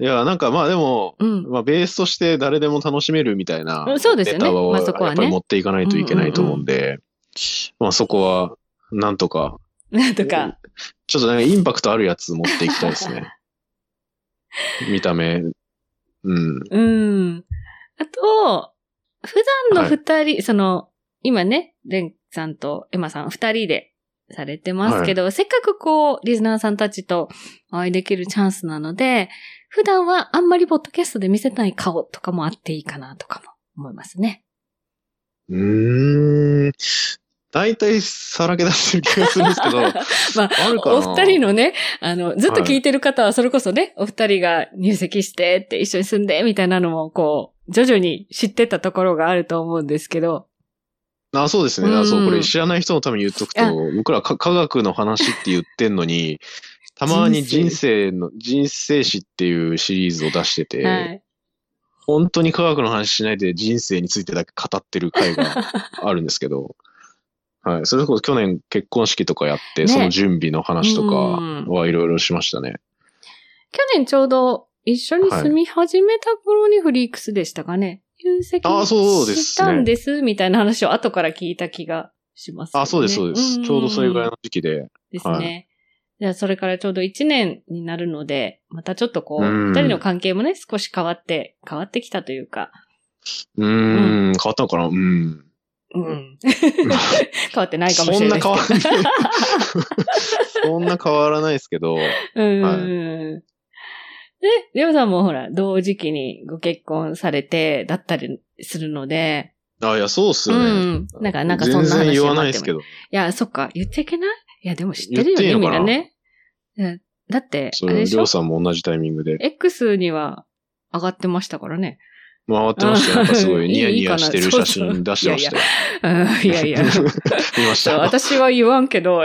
[SPEAKER 5] いや、なんかまあでも、
[SPEAKER 4] うん。
[SPEAKER 5] まあベースとして誰でも楽しめるみたいな
[SPEAKER 4] うんそうですよ
[SPEAKER 5] ネ
[SPEAKER 4] ね
[SPEAKER 5] タを
[SPEAKER 4] まあ
[SPEAKER 5] や
[SPEAKER 4] そ
[SPEAKER 5] っ
[SPEAKER 4] こはね
[SPEAKER 5] ぱり持っていかないといけないと思うんで、まあそこは、なんとか、
[SPEAKER 4] なんとか。
[SPEAKER 5] ちょっとなんかインパクトあるやつ持っていきたいで すね。見た目。うん。
[SPEAKER 4] うん。あと、普段の二人、その、今ね、レンさんとエマさん二人でされてますけど、せっかくこう、リスナーさんたちとお会いできるチャンスなので、普段はあんまりポッドキャストで見せない顔とかもあっていいかなとかも思いますね。
[SPEAKER 5] うーん。大体さらけ出してる気がするんですけど、
[SPEAKER 4] まあ、
[SPEAKER 5] あるかな
[SPEAKER 4] お二人のね、あの、ずっと聞いてる方は、それこそね、お二人が入籍してって一緒に住んで、みたいなのも、こう、徐々に知ってたところがあると思うんですけど、
[SPEAKER 5] あ、そうですね。
[SPEAKER 4] うんう
[SPEAKER 5] あ
[SPEAKER 4] ん
[SPEAKER 5] そう、これ知らない人のために言っとく
[SPEAKER 4] あ
[SPEAKER 5] と、僕らか科学の話って言ってん のに、たまに
[SPEAKER 4] 人
[SPEAKER 5] 人生の、人生史っていうシリーズを出してて、
[SPEAKER 4] はい。
[SPEAKER 5] 本当に科学の話しないで人生についてだけ語ってる 回があるんですけど、はい。それこそ去年結婚式とかやって、
[SPEAKER 4] ね
[SPEAKER 5] その準備の話とか
[SPEAKER 4] うん
[SPEAKER 5] はいろいろしましたね。
[SPEAKER 4] 去年ちょうど、一緒に住み始めた頃にフリークスでしたかね。入籍
[SPEAKER 5] あそうですね
[SPEAKER 4] したんです、みたいな話を後から聞いた気がします、
[SPEAKER 5] あ、そうです、そうです。ちょうどそれぐらい
[SPEAKER 4] の
[SPEAKER 5] の時期で。
[SPEAKER 4] です
[SPEAKER 5] は
[SPEAKER 4] ね。じゃあ、それからちょうど1年になるので、またちょっとこう、
[SPEAKER 5] うん
[SPEAKER 4] 二人の関係もね、少し変わって、変わってきたというか、
[SPEAKER 5] うーん、変わったのかなうん。
[SPEAKER 4] うん。 変わってないかもしれないですけ
[SPEAKER 5] そ
[SPEAKER 4] ど。
[SPEAKER 5] んな変わらない。 そんな変わらないですけど、
[SPEAKER 4] うん。で、りょうさんもほら、同時期にご結婚されて、だったりするので、
[SPEAKER 5] あ、いや、そうっす
[SPEAKER 4] う
[SPEAKER 5] よね。
[SPEAKER 4] ん。なんか、なんかそんな話
[SPEAKER 5] 全然言わ
[SPEAKER 4] にっ
[SPEAKER 5] ないで
[SPEAKER 4] て
[SPEAKER 5] す
[SPEAKER 4] も
[SPEAKER 5] けど。
[SPEAKER 4] いや、そっか、言っていけないいや、でも知ってるよ
[SPEAKER 5] 言ってい
[SPEAKER 4] ね、
[SPEAKER 5] いの
[SPEAKER 4] み
[SPEAKER 5] か
[SPEAKER 4] ん
[SPEAKER 5] な
[SPEAKER 4] なね。うんだって、あ
[SPEAKER 5] そ
[SPEAKER 4] れ
[SPEAKER 5] れ、
[SPEAKER 4] で
[SPEAKER 5] り
[SPEAKER 4] し
[SPEAKER 5] ょ
[SPEAKER 4] ょ
[SPEAKER 5] うさんも同じタイミングで
[SPEAKER 4] ?X には上がってましたからね。
[SPEAKER 5] 回ってましたよ。なんかすごいニヤニヤし て
[SPEAKER 4] いい
[SPEAKER 5] る
[SPEAKER 4] かな
[SPEAKER 5] 写真出してましたよ。
[SPEAKER 4] うん いやいや。
[SPEAKER 5] 見まし
[SPEAKER 4] そう
[SPEAKER 5] た。
[SPEAKER 4] 私は言わんけど、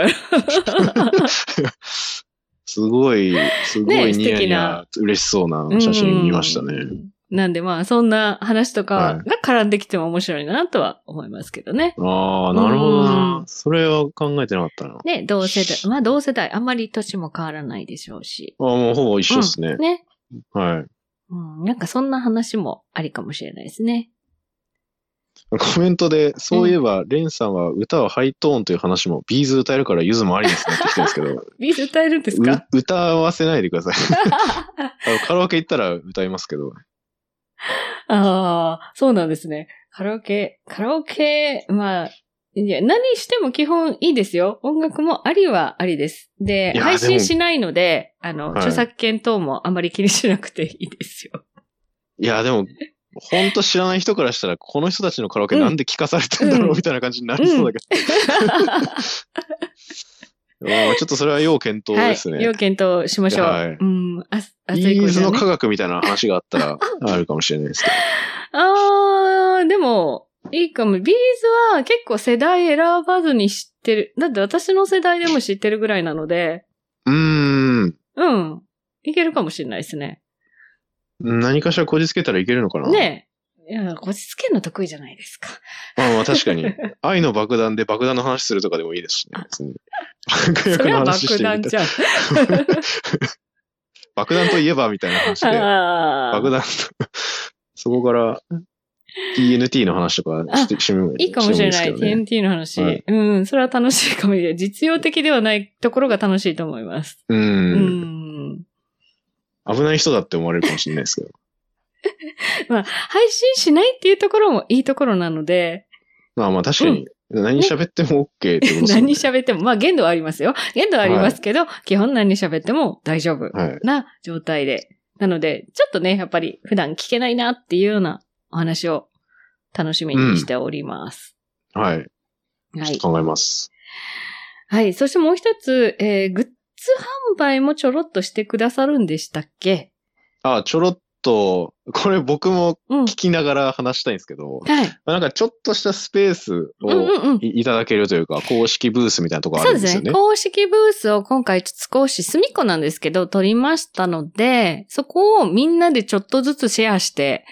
[SPEAKER 5] すごい、すご
[SPEAKER 4] ね
[SPEAKER 5] いニヤニヤ、嬉しそうな写真見ましたね。
[SPEAKER 4] うんなんでまあ、そんな話とかが絡んできても面白いなとは思いますけどね。
[SPEAKER 5] ああ、なるほど
[SPEAKER 4] う。
[SPEAKER 5] なんそれは考えてなかったな。あ
[SPEAKER 4] ね、同世代。まあ、同世代。あんまり年も変わらないでしょうし。
[SPEAKER 5] もうほぼ一緒ですね。
[SPEAKER 4] ね。
[SPEAKER 5] はい。
[SPEAKER 4] うん。なんかそんな話もありかもしれないですね。
[SPEAKER 5] コメントで、そういえば、レンさんは歌はハイトーンという話も、ビーズ歌えるからゆずもありですねって来てるんですけ ど、
[SPEAKER 4] ビーズ歌えるんですか
[SPEAKER 5] う歌わせないでく ださい。あのカラオケ行ったら歌いますけど。
[SPEAKER 4] ああ、そうなんですね。カラオケ、カラオケ、まあ、いや、何しても基本いいですよ。音楽もありはありです。で
[SPEAKER 5] い、や
[SPEAKER 4] 配
[SPEAKER 5] で
[SPEAKER 4] 信
[SPEAKER 5] も
[SPEAKER 4] しないので、あの、
[SPEAKER 5] はい
[SPEAKER 4] 著作権等もあまり気にしなくていいですよ。
[SPEAKER 5] いや、でも、ほんと知らない人からしたら、この人たちのカラオケなんで聞かされてんだ
[SPEAKER 4] う
[SPEAKER 5] ろ
[SPEAKER 4] ん
[SPEAKER 5] うみたいな感じになりそうだけど。 うんちょっとそれは要検討
[SPEAKER 4] は
[SPEAKER 5] で
[SPEAKER 4] い
[SPEAKER 5] す。ね
[SPEAKER 4] 要。検討しましょう。
[SPEAKER 5] はい
[SPEAKER 4] うん、あ、あ
[SPEAKER 5] ビーズの科
[SPEAKER 4] あ
[SPEAKER 5] 学みたいな話があったら、あるかもしれないですけ
[SPEAKER 4] あー、でも、いいかも。ビーズは結構世代選ばずに知ってる。だって私の世代でも知ってるぐらいなので、
[SPEAKER 5] ど。うーん。
[SPEAKER 4] うん。いけるかもしれないですね。
[SPEAKER 5] 何かしらこじつけたらいけるのかな
[SPEAKER 4] ねえ。いや、こじつけるの得意じゃないですか。
[SPEAKER 5] まあまあ 確かに。愛の爆弾で爆弾の話するとかでもいいですしね。別に。爆
[SPEAKER 4] そ
[SPEAKER 5] 薬
[SPEAKER 4] れ
[SPEAKER 5] の
[SPEAKER 4] は
[SPEAKER 5] 話
[SPEAKER 4] 爆
[SPEAKER 5] して
[SPEAKER 4] 弾
[SPEAKER 5] みた
[SPEAKER 4] じ
[SPEAKER 5] い。
[SPEAKER 4] ゃん。
[SPEAKER 5] 爆弾といえばみ たいな話で。
[SPEAKER 4] あ
[SPEAKER 5] 爆
[SPEAKER 4] あ。
[SPEAKER 5] 弾と、 そこから TNT の話とかしてしまう。
[SPEAKER 4] いいかもしれない。
[SPEAKER 5] てもですけどね
[SPEAKER 4] TNT の話、
[SPEAKER 5] はい
[SPEAKER 4] うん、それは楽しいかもしれない。実用的ではないところが楽しいと思います。
[SPEAKER 5] う
[SPEAKER 4] うん。
[SPEAKER 5] ん。危ない人だって思われるかもしれないですけど。
[SPEAKER 4] まあ、配信しないっていうところもいいところなので、
[SPEAKER 5] まあまあ確かに。何喋っても OK ってことですよね
[SPEAKER 4] 何喋っても、まあ限度はありますよ。限度はありますけど、基本何喋っても大丈夫
[SPEAKER 5] はい。
[SPEAKER 4] な状態で。なので、ちょっとね、やっぱり普段聞けないなっていうようなお話を楽しみにしております。
[SPEAKER 5] はい。
[SPEAKER 4] は
[SPEAKER 5] ちょっ
[SPEAKER 4] い
[SPEAKER 5] と。考えます。
[SPEAKER 4] はい。そしてもう一つ、えー、グッズ販売もちょろっとしてくださるんでしたっけ
[SPEAKER 5] あ、ちょろっと、これ僕も
[SPEAKER 4] うん。
[SPEAKER 5] 聞きながら話したいんですけど、
[SPEAKER 4] はい。
[SPEAKER 5] まあなんかちょっとしたスペース
[SPEAKER 4] うんう
[SPEAKER 5] を
[SPEAKER 4] んうん。
[SPEAKER 5] いいただけるというか、公式ブースみたいなとこあ
[SPEAKER 4] そうで
[SPEAKER 5] るんです
[SPEAKER 4] す
[SPEAKER 5] よね
[SPEAKER 4] ね。。公式ブースを今回少し隅っこなんですけど、取りましたので、そこをみんなでちょっとずつシェアして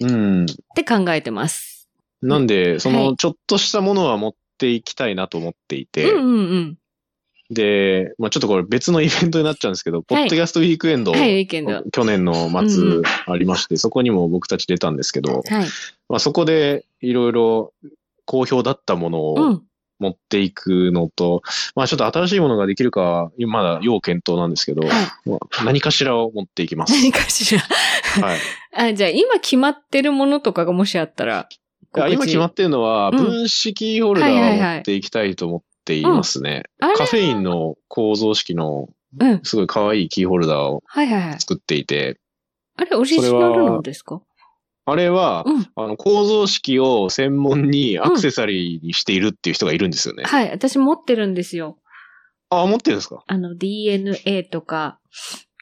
[SPEAKER 5] うん。
[SPEAKER 4] って考えてます。
[SPEAKER 5] なんで、そ
[SPEAKER 4] は
[SPEAKER 5] の
[SPEAKER 4] い
[SPEAKER 5] ちょっとしたものは持っていきたいなと思ってい
[SPEAKER 4] うん
[SPEAKER 5] て、
[SPEAKER 4] うん
[SPEAKER 5] で、まあちょっとこれ別のイベントになっちゃうんですけど、ポッドキャストウィークエン
[SPEAKER 4] う
[SPEAKER 5] ド、
[SPEAKER 4] ん。はい、意見では。
[SPEAKER 5] 去年の
[SPEAKER 4] う
[SPEAKER 5] 末
[SPEAKER 4] ん
[SPEAKER 5] ありまして、そこにも僕たち出たんですけ
[SPEAKER 4] は
[SPEAKER 5] ど、
[SPEAKER 4] い。
[SPEAKER 5] まあそこでいろいろ好評だったもの
[SPEAKER 4] う
[SPEAKER 5] を
[SPEAKER 4] ん。
[SPEAKER 5] 持っていくのと、まあちょっと新しいものができるかは、今まだ要検討なんですけど、
[SPEAKER 4] はい。
[SPEAKER 5] まあ何かしらを持っていきま す。
[SPEAKER 4] 何かしら。
[SPEAKER 5] はい。
[SPEAKER 4] あ、じゃあ今決まってるものとかがもしあったら。
[SPEAKER 5] いや今決まってるのは、
[SPEAKER 4] うん
[SPEAKER 5] 分子キーホルダ
[SPEAKER 4] はいはい
[SPEAKER 5] ー
[SPEAKER 4] は
[SPEAKER 5] を
[SPEAKER 4] い
[SPEAKER 5] 持っていきたいと思っていますね。
[SPEAKER 4] あれ
[SPEAKER 5] カフェインの構造式の
[SPEAKER 4] うん。
[SPEAKER 5] すごい可愛いキーホルダーを
[SPEAKER 4] はいはいはい。
[SPEAKER 5] 作っていて、
[SPEAKER 4] あれオリジナルなんですか
[SPEAKER 5] あれは、
[SPEAKER 4] うん。
[SPEAKER 5] あの、構造式を専門にアクセサリーにしているっていう人がいるんですよね。
[SPEAKER 4] はい。私持ってるんですよ。
[SPEAKER 5] あ、持ってるんですか
[SPEAKER 4] あの、DNA とか、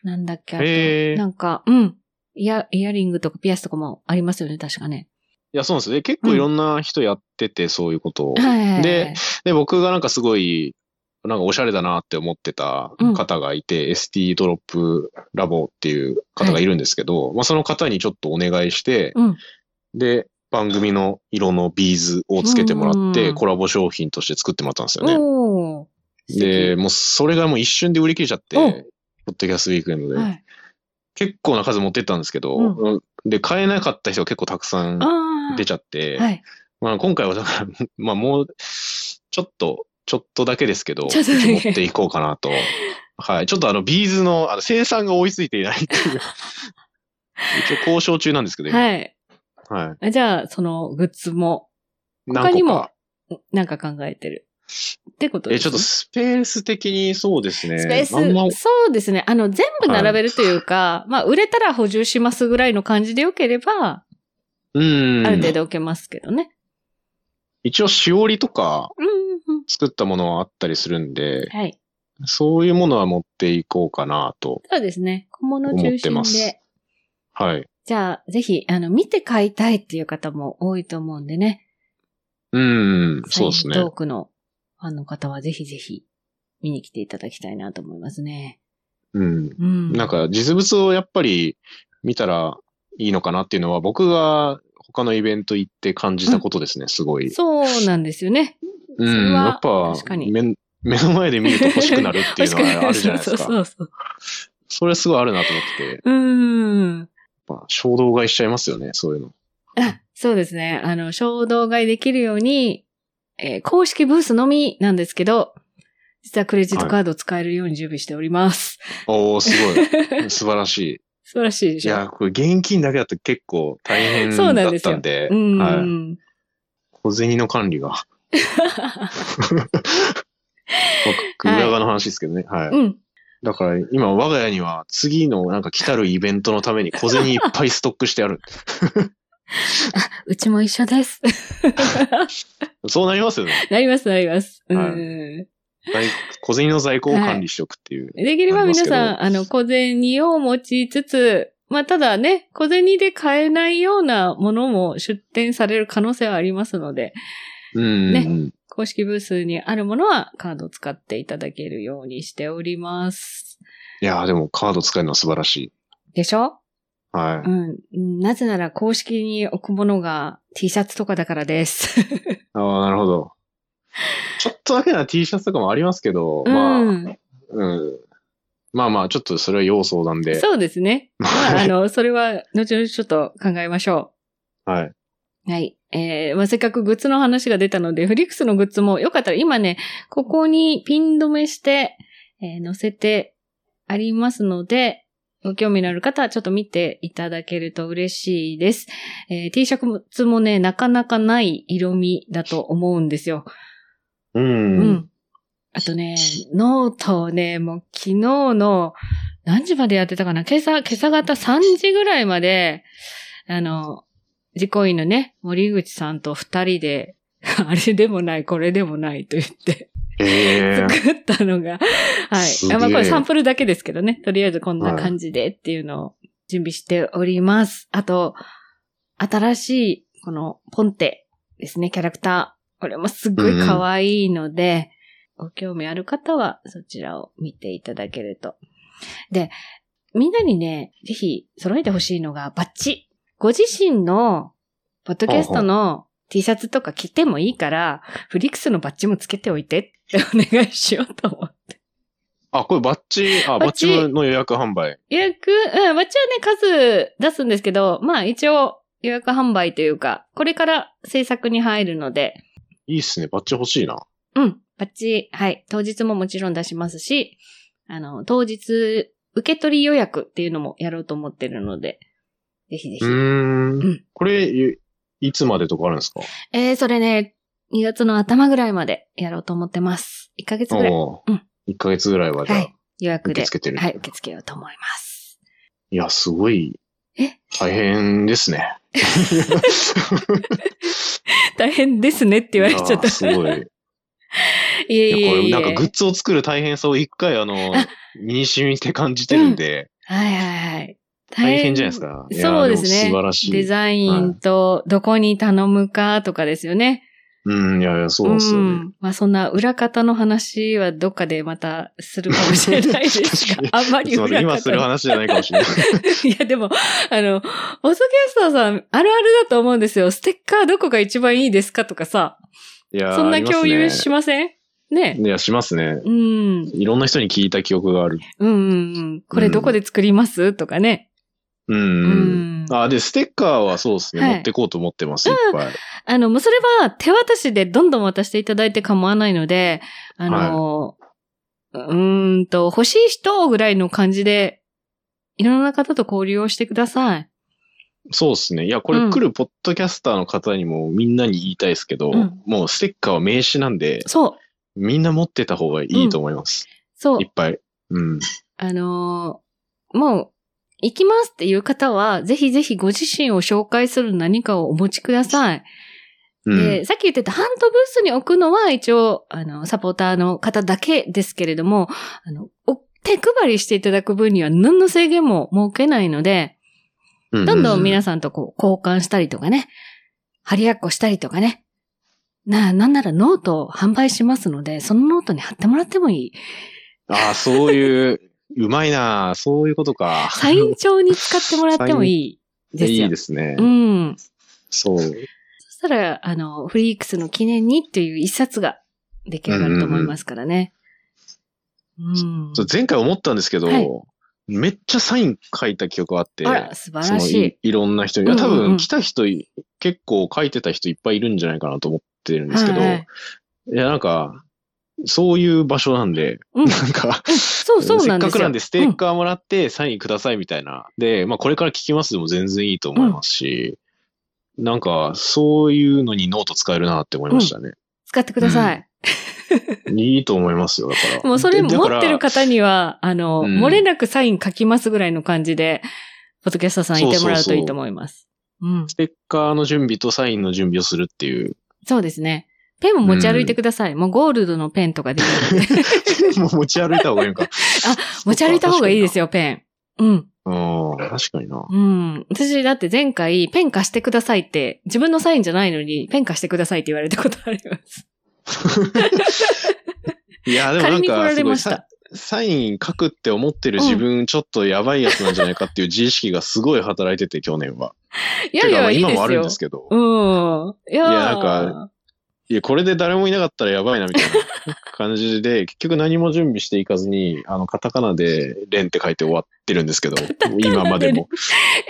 [SPEAKER 4] なんだっけ、あと
[SPEAKER 5] へー
[SPEAKER 4] なんか、うん。イヤ、イヤリングとかピアスとかもありますよね、確かね。
[SPEAKER 5] いや、そうなんですよ。で、結構いろんな人やってて、そういうことを。
[SPEAKER 4] はい。
[SPEAKER 5] で、で、僕がなんかすごい、なんかおしゃれだなって思ってた方がいて、ST ドロップラボっていう方がいるんですけど、まあその方にちょっとお願いして、
[SPEAKER 4] うん。
[SPEAKER 5] で、番組の色のビーズをつけてもらっ
[SPEAKER 4] うんうんう
[SPEAKER 5] て、
[SPEAKER 4] ん
[SPEAKER 5] コラボ商品として作ってもらったんですよね。
[SPEAKER 4] おー。
[SPEAKER 5] で、もうそれがもう一瞬で売り切れちゃって、
[SPEAKER 4] お
[SPEAKER 5] ポッドキャストウィークエンド
[SPEAKER 4] 素敵
[SPEAKER 5] で、
[SPEAKER 4] はい。
[SPEAKER 5] 結構な数持ってったんですけど、
[SPEAKER 4] う
[SPEAKER 5] で、買えなかった人が結構たくさん
[SPEAKER 4] ああ。
[SPEAKER 5] 出ちゃって、
[SPEAKER 4] はい。
[SPEAKER 5] まあ、今回はだから、 まあもう、ちょっと、ちょっとだけですけど、
[SPEAKER 4] ちょっとだけ
[SPEAKER 5] 持っていこうかなと。はい。ちょっとあの、ビーズの、あの、生産が追いついていないっていう。 一応交渉中なんですけど、今
[SPEAKER 4] はい。
[SPEAKER 5] はい。
[SPEAKER 4] あじゃあ、そのグッズも、
[SPEAKER 5] 何個か
[SPEAKER 4] 他にもなんか考えてる。ってことで
[SPEAKER 5] え、
[SPEAKER 4] す
[SPEAKER 5] ちょ
[SPEAKER 4] ね
[SPEAKER 5] っとスペース的にそうですね。
[SPEAKER 4] スペ
[SPEAKER 5] あんま
[SPEAKER 4] ース、そうですね。あの、全部並べるというか、まあ、売れたら補充しますぐらいの感じでよければ、
[SPEAKER 5] うん。
[SPEAKER 4] ある程度置けますけどね。
[SPEAKER 5] 一応、しおりとか
[SPEAKER 4] うん、うん、うん。
[SPEAKER 5] 作ったものはあったりするんで、
[SPEAKER 4] はい。
[SPEAKER 5] そういうものは持っていこうかなと。
[SPEAKER 4] そうですね。小物中
[SPEAKER 5] 思って
[SPEAKER 4] 心
[SPEAKER 5] ま
[SPEAKER 4] で。
[SPEAKER 5] すはい。
[SPEAKER 4] じゃあ、ぜひ、あの、見て買いたいっていう方も多いと思うんでね。
[SPEAKER 5] うん。そうです
[SPEAKER 4] サイ
[SPEAKER 5] ね
[SPEAKER 4] ントー。クのファンの方はぜひぜひ見に来ていただきたいなと思いますね。
[SPEAKER 5] うん。
[SPEAKER 4] うん。
[SPEAKER 5] なんか実物をやっぱり見たらいいのかなっていうのは僕が他のイベント行って感じたことですね、すごい。
[SPEAKER 4] そうなんですよね。
[SPEAKER 5] う
[SPEAKER 4] そ
[SPEAKER 5] ん、
[SPEAKER 4] れは
[SPEAKER 5] やっぱ
[SPEAKER 4] 確かに
[SPEAKER 5] 目目の前で見ると欲しくなるっていうのはあるじゃ ないです
[SPEAKER 4] そうそ
[SPEAKER 5] か。
[SPEAKER 4] うそう。
[SPEAKER 5] それすごいあるなと思ってて、
[SPEAKER 4] うーん。
[SPEAKER 5] やっぱ衝動買いしちゃいますよね、そういうの。
[SPEAKER 4] あ、そうですね。あの、衝動買いできるように、えー公式ブースのみなんですけど、実はクレジットカードを使えるように準備しております。
[SPEAKER 5] おー、すご い。素晴らし
[SPEAKER 4] 素晴らしいで
[SPEAKER 5] い。い
[SPEAKER 4] しょ。
[SPEAKER 5] や、これ現金だけだと結構大変
[SPEAKER 4] そうな
[SPEAKER 5] だ
[SPEAKER 4] んで
[SPEAKER 5] っ
[SPEAKER 4] すよ
[SPEAKER 5] たんで、
[SPEAKER 4] うん、
[SPEAKER 5] はい、小銭の管理 が。僕、裏側の話ですけどね。はい。
[SPEAKER 4] うん。
[SPEAKER 5] だから今我が家には次のなんか来たるイベントのために小銭いっぱいストックしてある。
[SPEAKER 4] うちも一緒です。
[SPEAKER 5] そうなりますよね。
[SPEAKER 4] なります、なります。うん。
[SPEAKER 5] は在小銭の在庫を管理しておくっていう。
[SPEAKER 4] できれば皆さ
[SPEAKER 5] なります
[SPEAKER 4] ん、あの、小銭を持ちつつ、まあ、ただね、小銭で買えないようなものも出店される可能性はありますので、
[SPEAKER 5] うん、うん。
[SPEAKER 4] 公式ブースにあるものはカードを使っていただけるようにしております。
[SPEAKER 5] いやーでもカード使えるのは素晴らしい。
[SPEAKER 4] でしょ
[SPEAKER 5] は
[SPEAKER 4] う
[SPEAKER 5] い。
[SPEAKER 4] ん。なぜなら公式に置くものが T シャツとかだからです。
[SPEAKER 5] ああ、なるほど。ちょっとだけな T シャツとかもありますけど、まあ、
[SPEAKER 4] う
[SPEAKER 5] うん。
[SPEAKER 4] ん。
[SPEAKER 5] まあまあ、ちょっとそれは要相談で。
[SPEAKER 4] そうですね。まあ、
[SPEAKER 5] は
[SPEAKER 4] あ
[SPEAKER 5] い
[SPEAKER 4] の、 それは後々ちょっと考えましょ
[SPEAKER 5] はい。
[SPEAKER 4] う。はい。えー、まあ、せっかくグッズの話が出たので、フリックスのグッズもよかったら今ね、ここにピン止めして、えー載せてありますので、ご興味のある方はちょっと見ていただけると嬉しいです。えー T シャツもね、なかなかない色味だと思うんですよ。
[SPEAKER 5] うん。
[SPEAKER 4] うん。あとね、ノートをね、もう昨日の何時までやってたかな今朝、今朝方3時ぐらいまで、あの、自己員のね、森口さんと二人で、 あれでもない、これでもないと言って、
[SPEAKER 5] へえ。
[SPEAKER 4] 作ったの が、
[SPEAKER 5] す
[SPEAKER 4] はい。
[SPEAKER 5] げ
[SPEAKER 4] あま
[SPEAKER 5] え
[SPEAKER 4] あこれサンプルだけですけどね、とりあえずこんな感じでっていうのを準備しております。あと、新しい、この、ポンテですね、キャラクター。これもすっごい可愛いので、ご興味ある方はそちらを見ていただけると。で、みんなにね、ぜひ揃えてほしいのがバッチ。ご自身の、ポッドキャストの T シャツとか着てもいいから、フリックスのバッジもつけておいてってお願いしようと思う。
[SPEAKER 5] あ、これバッチ、あ、
[SPEAKER 4] バ
[SPEAKER 5] バ
[SPEAKER 4] ッ
[SPEAKER 5] ッ
[SPEAKER 4] チ
[SPEAKER 5] チの予約販売。
[SPEAKER 4] 予約、うん、バッジはね、数出すんですけど、まあ一応予約販売というか、これから制作に入るので、
[SPEAKER 5] いいっすね。バッチ欲しいな。
[SPEAKER 4] うん。バッチ、はい。当日ももちろん出しますし、あの、当日、受け取り予約っていうのもやろうと思ってるので、ぜひぜひ。
[SPEAKER 5] うー
[SPEAKER 4] うん
[SPEAKER 5] ん。これ、いいつまでとかあるんですか
[SPEAKER 4] えー、それね、2月の頭ぐらいまでやろうと思ってます。1ヶ月ぐらい。
[SPEAKER 5] お
[SPEAKER 4] う
[SPEAKER 5] ー
[SPEAKER 4] ん
[SPEAKER 5] 1ヶ月ぐらいはじゃあ、
[SPEAKER 4] はい予約で。
[SPEAKER 5] 受け付けてる
[SPEAKER 4] はい、受け付けようと思います。
[SPEAKER 5] いや、すごい大変ですね。
[SPEAKER 4] 大変ですね って言われちゃっ
[SPEAKER 5] いや
[SPEAKER 4] た。
[SPEAKER 5] すごい。
[SPEAKER 4] いえい
[SPEAKER 5] いやこ
[SPEAKER 4] えい
[SPEAKER 5] れ
[SPEAKER 4] え。
[SPEAKER 5] なんかグッズを作る大変さを一回あの
[SPEAKER 4] あ、
[SPEAKER 5] 身に染みて感じてるんで、
[SPEAKER 4] はいはいはい。
[SPEAKER 5] 大変じゃないですか。いや
[SPEAKER 4] そうですね
[SPEAKER 5] も素晴らし
[SPEAKER 4] デ
[SPEAKER 5] い。
[SPEAKER 4] ザインとどこに頼むかとかですよね。
[SPEAKER 5] うん、いやいや、そうですよね。、
[SPEAKER 4] ん。まあそんな裏方の話はどっかでまたするかもしれないですがあんまり
[SPEAKER 5] ちょっと待
[SPEAKER 4] 裏
[SPEAKER 5] って今する
[SPEAKER 4] 方。
[SPEAKER 5] 話じゃないかもし れない。
[SPEAKER 4] いやでも、あの、オソキャスターさんあるあるだと思うんですよ。ステッカーどこが一番いいですかとかさ、
[SPEAKER 5] いや
[SPEAKER 4] そんな共有し
[SPEAKER 5] ま
[SPEAKER 4] ませんね
[SPEAKER 5] すね。いや、しますね。
[SPEAKER 4] うん。
[SPEAKER 5] いろんな人に聞いた記憶がある。
[SPEAKER 4] うんうんうん。これどこで作ります、とかね。
[SPEAKER 5] うん。
[SPEAKER 4] うん
[SPEAKER 5] あ、で、ステッカーはそうですね。
[SPEAKER 4] はい
[SPEAKER 5] 持ってこうと思ってます、いっぱい。
[SPEAKER 4] あの、もうそれは手渡しでどんどん渡していただいて構わないので、あの、うーんと、欲しい人ぐらいの感じで、いろんな方と交流をしてください。
[SPEAKER 5] そうですね。いや、こ
[SPEAKER 4] う
[SPEAKER 5] れ
[SPEAKER 4] ん
[SPEAKER 5] 来るポッドキャスターの方にもみんなに言いたいですけど、
[SPEAKER 4] うん
[SPEAKER 5] もうステッカーは名刺なんで、
[SPEAKER 4] そう、
[SPEAKER 5] みんな持ってた方がいいと思います。
[SPEAKER 4] そう
[SPEAKER 5] い、っぱい。うん。
[SPEAKER 4] あの、もう、行きますっていう方は、ぜひぜひご自身を紹介する何かをお持ちください。
[SPEAKER 5] うん。
[SPEAKER 4] で、さっき言ってたハントブースに置くのは一応、あの、サポーターの方だけですけれども、あの、お手配りしていただく分には何の制限も設けないので、
[SPEAKER 5] う
[SPEAKER 4] どんどん皆
[SPEAKER 5] さ
[SPEAKER 4] さんとこう交換したりとかね、張りやっこしたりとかね、な、なんならノートを販売しますので、そのノートに貼ってもらってもいい。
[SPEAKER 5] ん。ああ、そういう、うまいなそういうことか。
[SPEAKER 4] サイン帳に使ってもらってもいいですよ。
[SPEAKER 5] いいですね。
[SPEAKER 4] うん。
[SPEAKER 5] そう。
[SPEAKER 4] そしたら、あの、フリークスの記念にっていう一冊が出来上がると思いますからね。うん。
[SPEAKER 5] そう前回思ったんですけど、
[SPEAKER 4] はい
[SPEAKER 5] めっちゃサイン書いた記憶があって、
[SPEAKER 4] あら、素晴
[SPEAKER 5] そ
[SPEAKER 4] ら
[SPEAKER 5] の
[SPEAKER 4] しい
[SPEAKER 5] い。いろんな人に、いや多
[SPEAKER 4] うんうんうん
[SPEAKER 5] 分来た人い、結構書いてた人いっぱいいるんじゃないかなと思ってるんですけど、
[SPEAKER 4] はいはい
[SPEAKER 5] い、やなんか、そういう場所なんで、
[SPEAKER 4] うん
[SPEAKER 5] なんか、
[SPEAKER 4] そうそうなんですよ。
[SPEAKER 5] せっかくなんでステッカーもらってサインくださいみたいな。で、まあこれから聞きますでも全然いいと思いますし、なんかそういうのにノート使えるなって思いましたね。
[SPEAKER 4] 使ってください。
[SPEAKER 5] いいと思いますよ、だから。
[SPEAKER 4] もうそれ持
[SPEAKER 5] でだから
[SPEAKER 4] ってる方には、あの、
[SPEAKER 5] うん
[SPEAKER 4] 漏れなくサイン書きますぐらいの感じで、ポッドキャスターさんいてもらうといいと思います。うん。
[SPEAKER 5] ステッカーの準備とサインの準備をするっ ていう。
[SPEAKER 4] そうですね。ペンも持ち歩いてください。もうゴールドのペンとかでいいの で
[SPEAKER 5] もう持ち歩いた方がいいのか。
[SPEAKER 4] 持ち歩いた方がいいですよ、ペン。うん。
[SPEAKER 5] よ。うん、確かにな。
[SPEAKER 4] うん。私、だって前回、ペン貸してくださいって、自分のサインじゃないのに、ペン貸してくださいって言われたことあります。
[SPEAKER 5] いや、でもな
[SPEAKER 4] 仮
[SPEAKER 5] ん
[SPEAKER 4] に来ら
[SPEAKER 5] か
[SPEAKER 4] れ
[SPEAKER 5] すご
[SPEAKER 4] ま
[SPEAKER 5] い
[SPEAKER 4] し
[SPEAKER 5] サ
[SPEAKER 4] た。、
[SPEAKER 5] サイン書くって思ってる自分、ちょっとやばいやつなんじゃないかっていう自意識がすごい働いてて、去年は。
[SPEAKER 4] いやい
[SPEAKER 5] てかま
[SPEAKER 4] や、
[SPEAKER 5] あ
[SPEAKER 4] いい
[SPEAKER 5] 今
[SPEAKER 4] で
[SPEAKER 5] もあ
[SPEAKER 4] す
[SPEAKER 5] るん
[SPEAKER 4] よ
[SPEAKER 5] で。すけど。
[SPEAKER 4] うん。いや
[SPEAKER 5] いやなんか、いや、これで誰もいなかったらやばいな、みたいな感じで、 結局何も準備していかずに、あの、カタカナで、レンって書いて終わってるんです けど、今までも。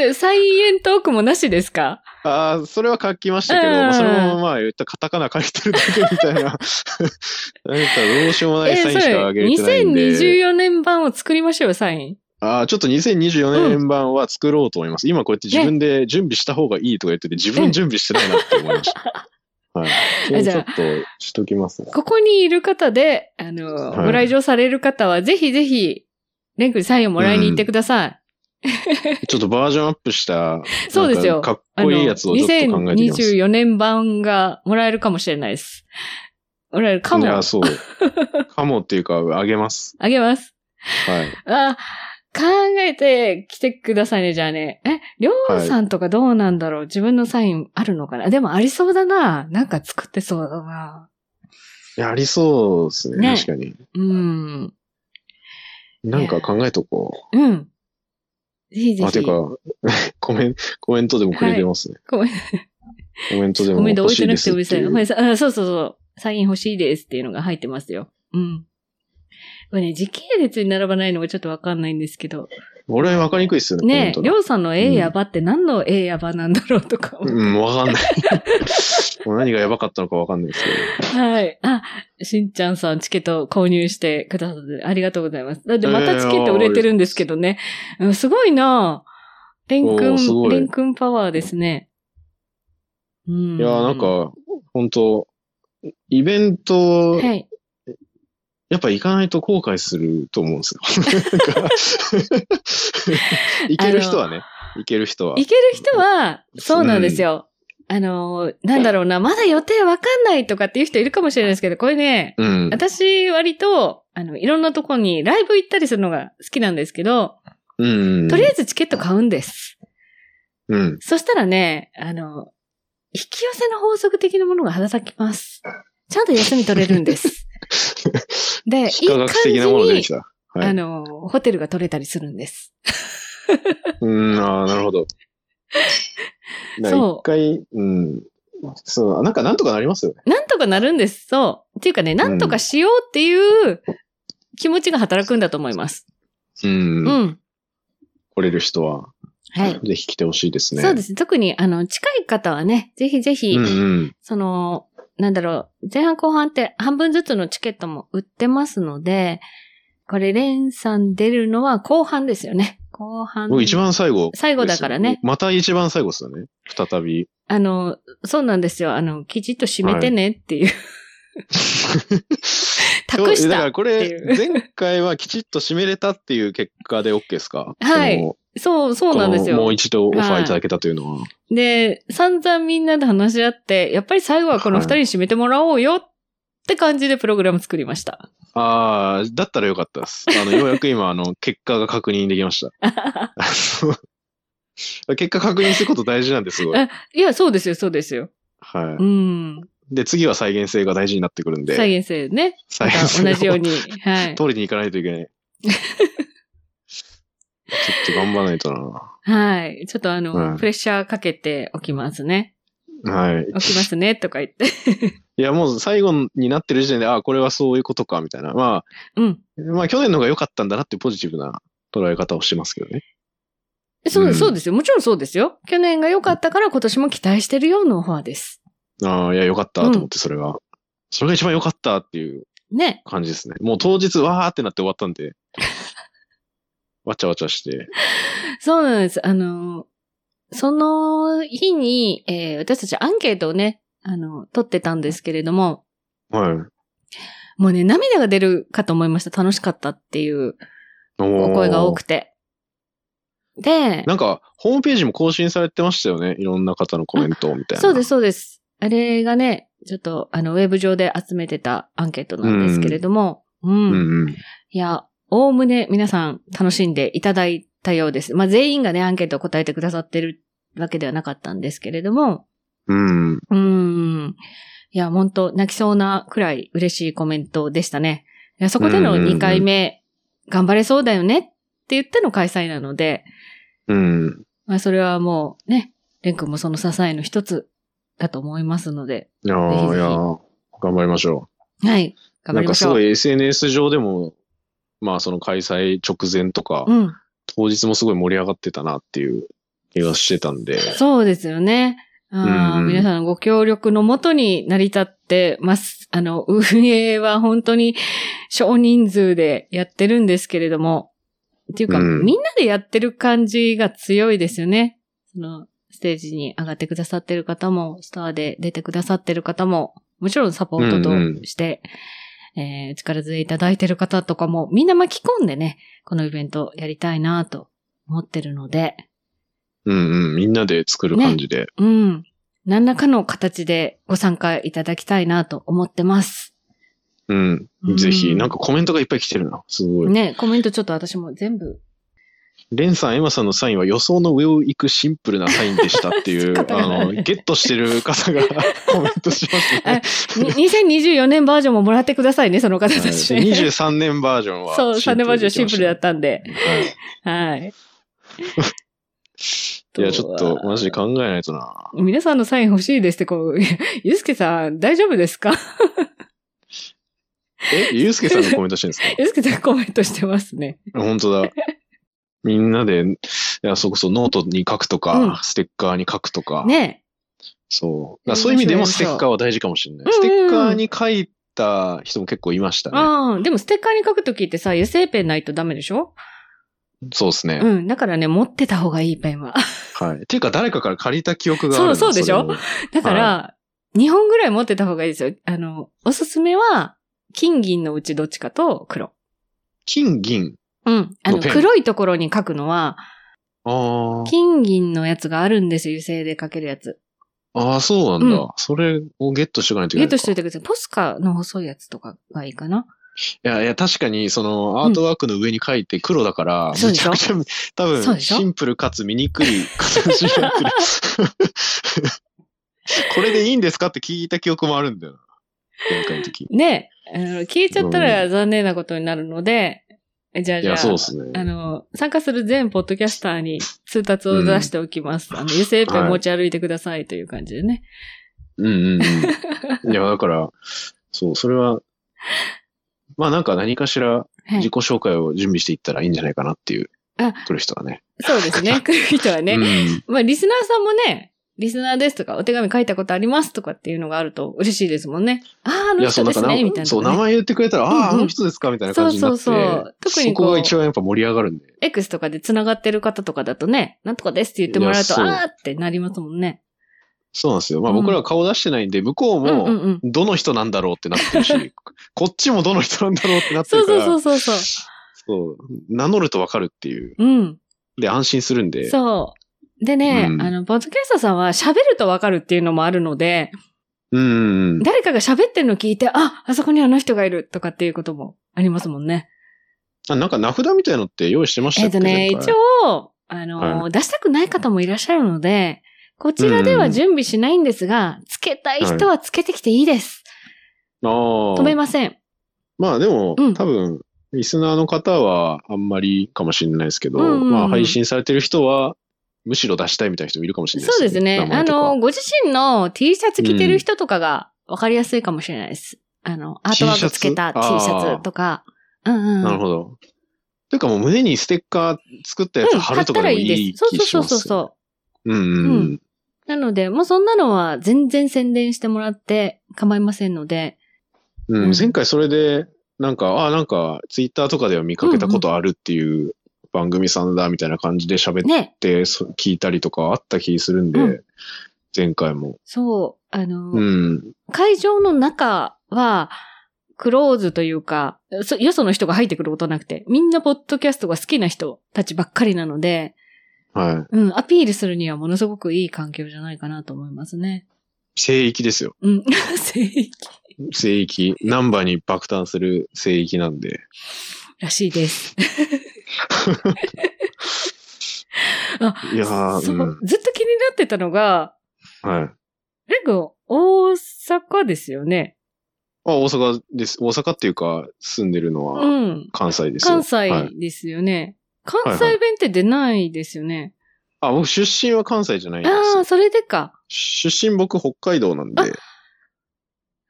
[SPEAKER 4] え、サイエントークもなしですか
[SPEAKER 5] ああ、それは書きましたけど、
[SPEAKER 4] うん
[SPEAKER 5] まあそれもまあ言ったらカタカナ書いてるだけみた いな、なんかどうしようもない
[SPEAKER 4] え、
[SPEAKER 5] サインしかあげれてないんで、
[SPEAKER 4] 2024年版を作りましょうよ、サイン。
[SPEAKER 5] ああ、ちょっと2024年版は作ろうと思います。今こうやって自分で準備した方がいいとか言ってて、自分準備してないなって思いました。 はい。それちょっとしときますね。
[SPEAKER 4] ここにいる方で、あの、
[SPEAKER 5] い
[SPEAKER 4] ご来場される方は、ぜひぜひ、レンクにサインをもらいに行ってください。
[SPEAKER 5] ちょっとバージョンアップした、
[SPEAKER 4] そうですよ
[SPEAKER 5] なんかか
[SPEAKER 4] あ
[SPEAKER 5] っ
[SPEAKER 4] の
[SPEAKER 5] こいいやつをちょっと考えてきます。
[SPEAKER 4] 2024年版がもらえるかもしれないです。もらえるか
[SPEAKER 5] い
[SPEAKER 4] も
[SPEAKER 5] や、。 そう。かもっていうか、あげます。
[SPEAKER 4] あげます。
[SPEAKER 5] はい。
[SPEAKER 4] あ、考えて来てくださいね、じゃあね。え、りょうさんとかどうなんだろう、自分のサインあるのかなでもありそうだな。なんか作ってそうだな。
[SPEAKER 5] いやありそうですね。
[SPEAKER 4] ね
[SPEAKER 5] 確かに。
[SPEAKER 4] うん。
[SPEAKER 5] なんか考えとこ
[SPEAKER 4] うん。ぜひ
[SPEAKER 5] う。
[SPEAKER 4] ぜ
[SPEAKER 5] あ、て
[SPEAKER 4] ひ。
[SPEAKER 5] か、 コメント、コメントでもくれてますね。
[SPEAKER 4] ごめん
[SPEAKER 5] コメントで
[SPEAKER 4] コ
[SPEAKER 5] も
[SPEAKER 4] メント置
[SPEAKER 5] 欲
[SPEAKER 4] い
[SPEAKER 5] しい
[SPEAKER 4] てな
[SPEAKER 5] で
[SPEAKER 4] くて
[SPEAKER 5] すっ
[SPEAKER 4] もいい
[SPEAKER 5] て
[SPEAKER 4] で
[SPEAKER 5] いう。
[SPEAKER 4] よ。あそうそうそう。サイン欲しいですっていうのが入ってますよ。うん。これね、時系列に並ばないのがちょっとわかんないんですけど。
[SPEAKER 5] 俺はわかりにくいっすよね、コメン
[SPEAKER 4] ね
[SPEAKER 5] ト
[SPEAKER 4] え、
[SPEAKER 5] が
[SPEAKER 4] りょうさんの A やばって何の A やばなんだろうとか。
[SPEAKER 5] うん、わかんない。 もう何がやばかったのかわかんないです け
[SPEAKER 4] はい。あ、しんちゃんさんチケット購入してくださってありがとうございます。だってま
[SPEAKER 5] え
[SPEAKER 4] た
[SPEAKER 5] え
[SPEAKER 4] チケット売れてるんですけどね。うんすごいなぁレン
[SPEAKER 5] おーす
[SPEAKER 4] 君、
[SPEAKER 5] ごい
[SPEAKER 4] レン君パワーですね。うん。
[SPEAKER 5] ど。いや、なん、か、本当イベント
[SPEAKER 4] はい。
[SPEAKER 5] やっぱ行かないと後悔すると思うんですよ。 なんか行ける人はね、行ける人は。
[SPEAKER 4] 行ける人は、そうなんですよ。あの、なんだろうな、まだ予定わかんないとかっていう人いるかもしれないですけど、これね、
[SPEAKER 5] うん。
[SPEAKER 4] 私割と、あの、いろんなとこにライブ行ったりするのが好きなんですけど、
[SPEAKER 5] うん。
[SPEAKER 4] とりあえずチケット買うんです。
[SPEAKER 5] うん。
[SPEAKER 4] そしたらね、あの、引き寄せの法則的なものが働きます。ちゃんと休み取れるん です。で、いい
[SPEAKER 5] 科
[SPEAKER 4] 感
[SPEAKER 5] 学
[SPEAKER 4] じ
[SPEAKER 5] 的
[SPEAKER 4] に、
[SPEAKER 5] なもの出てきた。はい
[SPEAKER 4] あの、ホテルが取れたりするんです。
[SPEAKER 5] うん、ああ、なる ほど。だから
[SPEAKER 4] そう
[SPEAKER 5] 一回、うん。そう、なんかなんとかなりますよね。
[SPEAKER 4] なんとかなるんです。そう。っていうかね、なんとかしようっていう気持ちが働くんだと思います。
[SPEAKER 5] う
[SPEAKER 4] うん。
[SPEAKER 5] ん。来れる人は、
[SPEAKER 4] はい。
[SPEAKER 5] ぜひ来てほしいですね。。
[SPEAKER 4] そうですす。特に、あの、近い方はね、ぜひぜひ、
[SPEAKER 5] うんうん。
[SPEAKER 4] その、なんだろう、前半後半って半分ずつのチケットも売ってますので、これ、レンさん出るのは後半ですよね。後半。
[SPEAKER 5] 僕一番最後、
[SPEAKER 4] 最後だからね。
[SPEAKER 5] また一番最後ですよね。再び。
[SPEAKER 4] あの、そうなんですよ。あの、きちっと締めてねっていう。 託し
[SPEAKER 5] だか
[SPEAKER 4] た
[SPEAKER 5] ら。こ
[SPEAKER 4] って
[SPEAKER 5] れ、
[SPEAKER 4] いう
[SPEAKER 5] 前回はきちっと締めれたっていう結果で OK ですか
[SPEAKER 4] はい
[SPEAKER 5] その
[SPEAKER 4] そう、そうなんです
[SPEAKER 5] このも
[SPEAKER 4] よ
[SPEAKER 5] う。一度オファーいただけたというのは。
[SPEAKER 4] で、散々みんなで話し合って、やっぱり最後はこの二人に締めてもらおうよって感じでプログラム作りました。
[SPEAKER 5] ああ、だったらよかったです。あの、ようやく今、あの、結果が確認できました。 あの結果確認すること大事なんです、すごい。
[SPEAKER 4] あいや、そうですよ、そうですよ。
[SPEAKER 5] は
[SPEAKER 4] うん。
[SPEAKER 5] い。で、次は再現性が大事になってくるんで。
[SPEAKER 4] 再現性ね。
[SPEAKER 5] 再
[SPEAKER 4] ま
[SPEAKER 5] 現
[SPEAKER 4] た
[SPEAKER 5] 性を
[SPEAKER 4] 同じように。はい。
[SPEAKER 5] 取りに行かないといけない。ちょっと頑張らないと
[SPEAKER 4] はい。ちょっとあの、
[SPEAKER 5] はい
[SPEAKER 4] プレッシャーかけておきますね。
[SPEAKER 5] な。はい。
[SPEAKER 4] おきますね、とか言って。
[SPEAKER 5] いや、もう最後になってる時点で、ああ、これはそういうことか、みたいな。ま
[SPEAKER 4] うん。
[SPEAKER 5] あ、まあ、去年の方が良かったんだなっていうポジティブな捉え方をしてますけどね。
[SPEAKER 4] そう
[SPEAKER 5] うん
[SPEAKER 4] そうですよ。もちろんそうですよ。去年が良かったから今年も期待してるようなオファーです。
[SPEAKER 5] ああ、いや、良かったと思って、それが。それが一番良かったっていう
[SPEAKER 4] ね。
[SPEAKER 5] 感じですね。もう当日、わーってなって終わった んで、わちゃわちゃして。
[SPEAKER 4] そうなんです。あの、その日に、えー私たちアンケートをね、あの、取ってたんですけれども、
[SPEAKER 5] はい。
[SPEAKER 4] もうね、涙が出るかと思いました。楽しかったっていう
[SPEAKER 5] お
[SPEAKER 4] お声が多くて。で、
[SPEAKER 5] なんか、ホームページも更新されてましたよね。いろんな方のコメントみたいな。。
[SPEAKER 4] そうですす、そうです。あれがね、ちょっと、あの、ウェブ上で集めてたアンケートなんですけれども、うん。
[SPEAKER 5] うんうん。
[SPEAKER 4] いや、おおむね皆さん楽しんでいただいたようです。まあ、全員がね、アンケートを答えてくださってるわけではなかったんですけれども、
[SPEAKER 5] うん。
[SPEAKER 4] うん。いや、本当泣きそうなくらい嬉しいコメントでしたね。いや、そこでの
[SPEAKER 5] うんうんうん
[SPEAKER 4] 2回目、頑張れそうだよねって言っての開催なので、
[SPEAKER 5] うん。
[SPEAKER 4] まあ、それはもうね、レン君もその支えの一つだと思いますので、
[SPEAKER 5] いや
[SPEAKER 4] ぜひぜ
[SPEAKER 5] ー、
[SPEAKER 4] ひ
[SPEAKER 5] いやー頑張りましょ
[SPEAKER 4] はい。
[SPEAKER 5] う。
[SPEAKER 4] 頑張
[SPEAKER 5] なん
[SPEAKER 4] りま
[SPEAKER 5] か
[SPEAKER 4] し
[SPEAKER 5] す
[SPEAKER 4] ょう。
[SPEAKER 5] ごい SNS 上でも、まあその開催直前とか、
[SPEAKER 4] うん。
[SPEAKER 5] 当日もすごい盛り上がってたなっていう気がしてたんで。
[SPEAKER 4] そうですよね。あー
[SPEAKER 5] うんうん
[SPEAKER 4] 皆さんのご協力のもとに成り立ってます。あの、運営は本当に少人数でやってるんですけれども、っていうか、
[SPEAKER 5] うん
[SPEAKER 4] みんなでやってる感じが強いですよね。その、ステージに上がってくださってる方も、スターで出てくださってる方も、もちろんサポー
[SPEAKER 5] うん
[SPEAKER 4] ト
[SPEAKER 5] う
[SPEAKER 4] として、えー力強いいただいてる方とかも、みんな巻き込んでね、このイベントやりたいなと思ってるので、
[SPEAKER 5] うんうん。みんなで作る感じで。
[SPEAKER 4] うん。何らかの形でご参加いただきたいなと思ってます。
[SPEAKER 5] うん。
[SPEAKER 4] うん
[SPEAKER 5] ぜひ、なんかコメントがいっぱい来てるな。すごい。
[SPEAKER 4] ね、コメントちょっと私も全部。
[SPEAKER 5] レンさん、エマさんのサインは予想の上を行くシンプルなサインでしたっ ていう、
[SPEAKER 4] 方が
[SPEAKER 5] あの、ゲットしてる方が コメントします
[SPEAKER 4] あ
[SPEAKER 5] ね。
[SPEAKER 4] に2024年 バージョンももらってくださいね、その方たちね。
[SPEAKER 5] 23年バージョンは。
[SPEAKER 4] そう、3年バージョンシンプルだったんで。
[SPEAKER 5] た。はい。
[SPEAKER 4] はい。
[SPEAKER 5] いや、ちょっと、マジで考えないとな。
[SPEAKER 4] 皆さんのサイン欲しいですって、こう、い やゆうすけさん、大丈夫ですか
[SPEAKER 5] え、ゆうすけさんがコメントしてるん ですか
[SPEAKER 4] ゆうすけさんコメントしてますね。
[SPEAKER 5] 本当だ。みんなで、いや、そこそノートに書くとか、
[SPEAKER 4] うん
[SPEAKER 5] ステッカーに書くとか、
[SPEAKER 4] ね。
[SPEAKER 5] そう。だからそういう意味でもステッカーは大事かもしれない。
[SPEAKER 4] う
[SPEAKER 5] ス
[SPEAKER 4] ん
[SPEAKER 5] テ
[SPEAKER 4] うんうん
[SPEAKER 5] ッカーに書いた人も結構いましたね。
[SPEAKER 4] ああ、でもステッカーに書くときってさ、油性ペンないとダメでしょ
[SPEAKER 5] そうですね。
[SPEAKER 4] うん。だからね、持ってた方がいいペンは。
[SPEAKER 5] はい。っていうか、誰かから借りた記憶があるな
[SPEAKER 4] そうそうでしょ
[SPEAKER 5] れも
[SPEAKER 4] だから、2本ぐらい持ってた方がいいですよ。あの、おすすめは、金銀のうちどっちかと黒。
[SPEAKER 5] 金、銀。
[SPEAKER 4] うん。あの、
[SPEAKER 5] のペン
[SPEAKER 4] 黒いところに書くのは、
[SPEAKER 5] あー
[SPEAKER 4] 金銀のやつがあるんですよ。油性で書けるやつ。
[SPEAKER 5] あー、そうなんだ、
[SPEAKER 4] うん
[SPEAKER 5] それをゲットしていかないとい
[SPEAKER 4] ゲ
[SPEAKER 5] け
[SPEAKER 4] ッ
[SPEAKER 5] な
[SPEAKER 4] ト
[SPEAKER 5] いの
[SPEAKER 4] し
[SPEAKER 5] か。
[SPEAKER 4] といてください。ポスカの細いやつとかがいいかな。
[SPEAKER 5] いやいや、確かに、その、アートワークの上に書いて黒だから、
[SPEAKER 4] そうで
[SPEAKER 5] めち
[SPEAKER 4] しょ
[SPEAKER 5] ゃくちゃ、多
[SPEAKER 4] そう
[SPEAKER 5] 分、
[SPEAKER 4] でしょ
[SPEAKER 5] シンプルかつ醜い形になってる。 これでいいんですかって聞いた記憶もあるんだよな。前回の時。
[SPEAKER 4] ねあの、聞いちゃったら残念なことになるので、じゃあ
[SPEAKER 5] い
[SPEAKER 4] じゃ
[SPEAKER 5] や、
[SPEAKER 4] あ、
[SPEAKER 5] そうですね。
[SPEAKER 4] あの、参加する全ポッドキャスターに通達を出しておきます。あの、油性ペン持ち歩いてくださいという感じでね。
[SPEAKER 5] うんうんうん。いや、だから、そう、それは、まあなんか何かしら
[SPEAKER 4] はい
[SPEAKER 5] 自己紹介を準備していったらいいんじゃないかなっていう、
[SPEAKER 4] あ
[SPEAKER 5] 来る人はね。
[SPEAKER 4] そうです ね。来る人はね。
[SPEAKER 5] うん。
[SPEAKER 4] まあ、リスナーさんもね、リスナーですとか、お手紙書いたことありますとかっていうのがあると嬉しいですもんね。ああ、あ
[SPEAKER 5] い
[SPEAKER 4] の
[SPEAKER 5] や、そ
[SPEAKER 4] 人で
[SPEAKER 5] う、だ
[SPEAKER 4] す
[SPEAKER 5] から、
[SPEAKER 4] ね、みたいな、ね。
[SPEAKER 5] そう、名前言ってくれたら、ああ、
[SPEAKER 4] う
[SPEAKER 5] あ
[SPEAKER 4] んうん
[SPEAKER 5] の人ですかみたいな感じになって。
[SPEAKER 4] そうそうそう特に
[SPEAKER 5] そ
[SPEAKER 4] こう
[SPEAKER 5] こが一番やっぱ盛り上がるんで。
[SPEAKER 4] X とかで繋がってる方とかだとね、なんとかですって言ってもらうと、
[SPEAKER 5] いやそう
[SPEAKER 4] ああってなりますもんね。
[SPEAKER 5] そうなんですよ。まあ
[SPEAKER 4] うん
[SPEAKER 5] 僕らは顔出してないんで、向こう
[SPEAKER 4] うんうん
[SPEAKER 5] も、
[SPEAKER 4] うん。
[SPEAKER 5] どの人なんだろうってなってる し、こっちもどの人なんだろうってなって
[SPEAKER 4] そ
[SPEAKER 5] る
[SPEAKER 4] う
[SPEAKER 5] か
[SPEAKER 4] そう
[SPEAKER 5] ら、
[SPEAKER 4] そうそうそう。
[SPEAKER 5] そう名乗るとわかるっていう。
[SPEAKER 4] うん。
[SPEAKER 5] で、安心するんで。
[SPEAKER 4] そう。でね、
[SPEAKER 5] うん
[SPEAKER 4] あの、ポッドキャスターさんは喋るとわかるっていうのもあるので、
[SPEAKER 5] うんうんうん。
[SPEAKER 4] 誰かが喋ってるの聞いて、あ、あそこにあの人がいるとかっていうこともありますもんね。
[SPEAKER 5] あなんか名札みたいのって用意してました
[SPEAKER 4] えっ
[SPEAKER 5] っけ
[SPEAKER 4] とね、
[SPEAKER 5] 前回
[SPEAKER 4] 一応、あの、
[SPEAKER 5] は
[SPEAKER 4] 出したくない方もいらっしゃるので、こちらでは準備しないんですが、つけたい人はつけてきていいです。
[SPEAKER 5] ああ。
[SPEAKER 4] 止めません。
[SPEAKER 5] まあでも、
[SPEAKER 4] うん
[SPEAKER 5] 多分、リスナーの方はあんまりかもしれないですけど、
[SPEAKER 4] うんうんうん
[SPEAKER 5] まあ配信されてる人は、むしろ出したいみたいな人もいるかもしれない
[SPEAKER 4] そうですね。あの、、ご自身の T シャツ着てる人とかがわかりやすいかもしれないです。あの、アートワークつけた T
[SPEAKER 5] T
[SPEAKER 4] シ
[SPEAKER 5] シャツ
[SPEAKER 4] ャツとか。うんうん。
[SPEAKER 5] 名前とかなるほど。ていうかもう胸にステッカー作ったやつ貼るとかでもいい気
[SPEAKER 4] そう
[SPEAKER 5] します、
[SPEAKER 4] そうそうそう。
[SPEAKER 5] う。うんうん
[SPEAKER 4] う
[SPEAKER 5] うんん。
[SPEAKER 4] なので、もうそんなのは全然宣伝してもらって構いませんので。
[SPEAKER 5] うん
[SPEAKER 4] うん
[SPEAKER 5] 前回それで、なんか、ああ、なんか、ツイッターとかでは見かけたことあるっていう番組さんだみたいな感じで喋っ
[SPEAKER 4] ね。
[SPEAKER 5] て、そ聞いたりとかあった気するんで、
[SPEAKER 4] うん
[SPEAKER 5] 前回も。
[SPEAKER 4] そう。あの、
[SPEAKER 5] うん。
[SPEAKER 4] 会場の中は、クローズというか、そよその人が入ってくることなくて、みんなポッドキャストが好きな人たちばっかりなので、
[SPEAKER 5] はい。
[SPEAKER 4] うん、アピールするにはものすごくいい環境じゃないかなと思いますね。
[SPEAKER 5] 聖域ですよ。
[SPEAKER 4] うん、 聖域
[SPEAKER 5] 聖域、ナンバーに爆誕する聖域なんで。
[SPEAKER 4] らしいです。
[SPEAKER 5] いやー、。
[SPEAKER 4] そううんずっと気になってたのが、
[SPEAKER 5] はい。あ、
[SPEAKER 4] レグ、大阪ですよね。
[SPEAKER 5] 大阪です。大阪っていうか、住んでるの
[SPEAKER 4] う
[SPEAKER 5] は
[SPEAKER 4] ん。
[SPEAKER 5] 関西ですよ。
[SPEAKER 4] 関西
[SPEAKER 5] はい。
[SPEAKER 4] ですよね。関西弁って出ないですよね。
[SPEAKER 5] あ、僕出身は関西じゃないんで
[SPEAKER 4] ああ、それでか。
[SPEAKER 5] す。出身僕北海道なんで。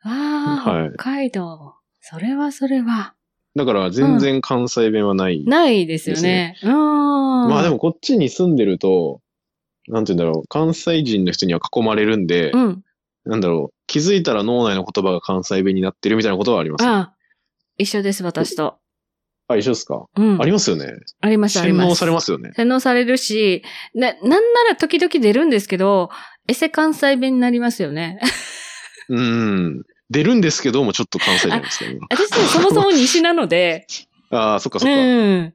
[SPEAKER 4] ああ、
[SPEAKER 5] はい
[SPEAKER 4] 北海道。それはそれは。
[SPEAKER 5] だから全然関西弁はない。
[SPEAKER 4] ないですよね。うーん。
[SPEAKER 5] まあでもこっちに住んでると、なんて言うんだろう、関西人の人には囲まれるんで、
[SPEAKER 4] うん。
[SPEAKER 5] なんだろう、気づいたら脳内の言葉が関西弁になってるみたいなことはあります。
[SPEAKER 4] ああ、一緒です、私と。
[SPEAKER 5] あ、一緒ですか、
[SPEAKER 4] うん。
[SPEAKER 5] ありますよね。
[SPEAKER 4] ありました、あり
[SPEAKER 5] 洗
[SPEAKER 4] ま
[SPEAKER 5] 脳
[SPEAKER 4] す
[SPEAKER 5] されますよね。
[SPEAKER 4] 洗脳されるし、な、なんなら時々出るんですけど、エセ関西弁になりますよ ね。
[SPEAKER 5] うん。出るんですけども、ちょっと関西じゃないですか、今。
[SPEAKER 4] 私ね、そもそも西なので、
[SPEAKER 5] ああ、そっかそっか。
[SPEAKER 4] うん。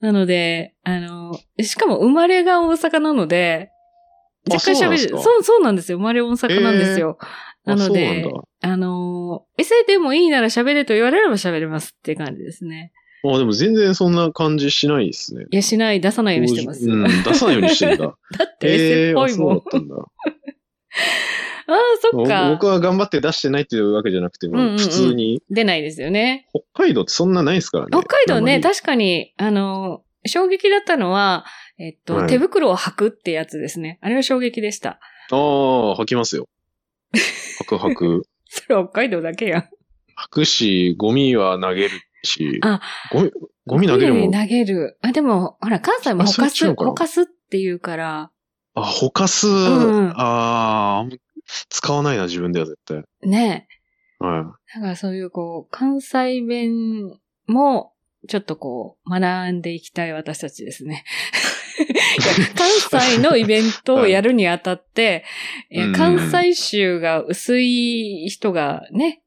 [SPEAKER 4] なので、あの、しかも生まれが大阪なので、
[SPEAKER 5] あ
[SPEAKER 4] 若干喋
[SPEAKER 5] そうなんです
[SPEAKER 4] る。
[SPEAKER 5] か
[SPEAKER 4] そう、そうなんですよ。生まれ大阪なんですよ。
[SPEAKER 5] あ
[SPEAKER 4] なの
[SPEAKER 5] そうなん
[SPEAKER 4] で
[SPEAKER 5] だ、
[SPEAKER 4] あの、エセでもいいなら喋れと言われれば喋れますって感じですね。
[SPEAKER 5] あでも全然そんな感じしないですね。
[SPEAKER 4] いや、しない、出さないようにしてます。
[SPEAKER 5] うん、出さないようにしてん だ。
[SPEAKER 4] だってエセっぽい
[SPEAKER 5] ーあそう
[SPEAKER 4] もん。
[SPEAKER 5] だったんだ。
[SPEAKER 4] ああ、そっ
[SPEAKER 5] 僕僕
[SPEAKER 4] か。
[SPEAKER 5] は頑張って出してないっていうわけじゃなくて、もう
[SPEAKER 4] うんうんうん
[SPEAKER 5] 普通に、
[SPEAKER 4] 出ないですよね。
[SPEAKER 5] 北海道ってそんなないですからね。
[SPEAKER 4] 北海道
[SPEAKER 5] あ
[SPEAKER 4] ね、
[SPEAKER 5] んまり
[SPEAKER 4] 確かに、あの、衝撃だったのは、えっと、
[SPEAKER 5] はい
[SPEAKER 4] 手袋を履くってやつですね。あれは衝撃でした。
[SPEAKER 5] ああ、吐きますよ。吐く吐く。
[SPEAKER 4] それは北海道だけやん。
[SPEAKER 5] 吐くし、ゴミは投げるし。
[SPEAKER 4] あ
[SPEAKER 5] ゴミ、ゴミ投げるもん。
[SPEAKER 4] 投げる。あ、でも、ほら、関西も
[SPEAKER 5] あ
[SPEAKER 4] ほ
[SPEAKER 5] そ
[SPEAKER 4] か
[SPEAKER 5] っち
[SPEAKER 4] す、
[SPEAKER 5] のかな
[SPEAKER 4] ほかすっていうから、
[SPEAKER 5] あ、ほかす。
[SPEAKER 4] ん
[SPEAKER 5] ああ、あんま使わないな、自分では絶対。
[SPEAKER 4] ね。
[SPEAKER 5] は
[SPEAKER 4] だからそういう、こう、関西弁も、ちょっとこう、学んでいきたい私たちですね。いや関西 のイベントをやるにあたって、
[SPEAKER 5] い
[SPEAKER 4] え
[SPEAKER 5] うん
[SPEAKER 4] 関西州が薄い人がね、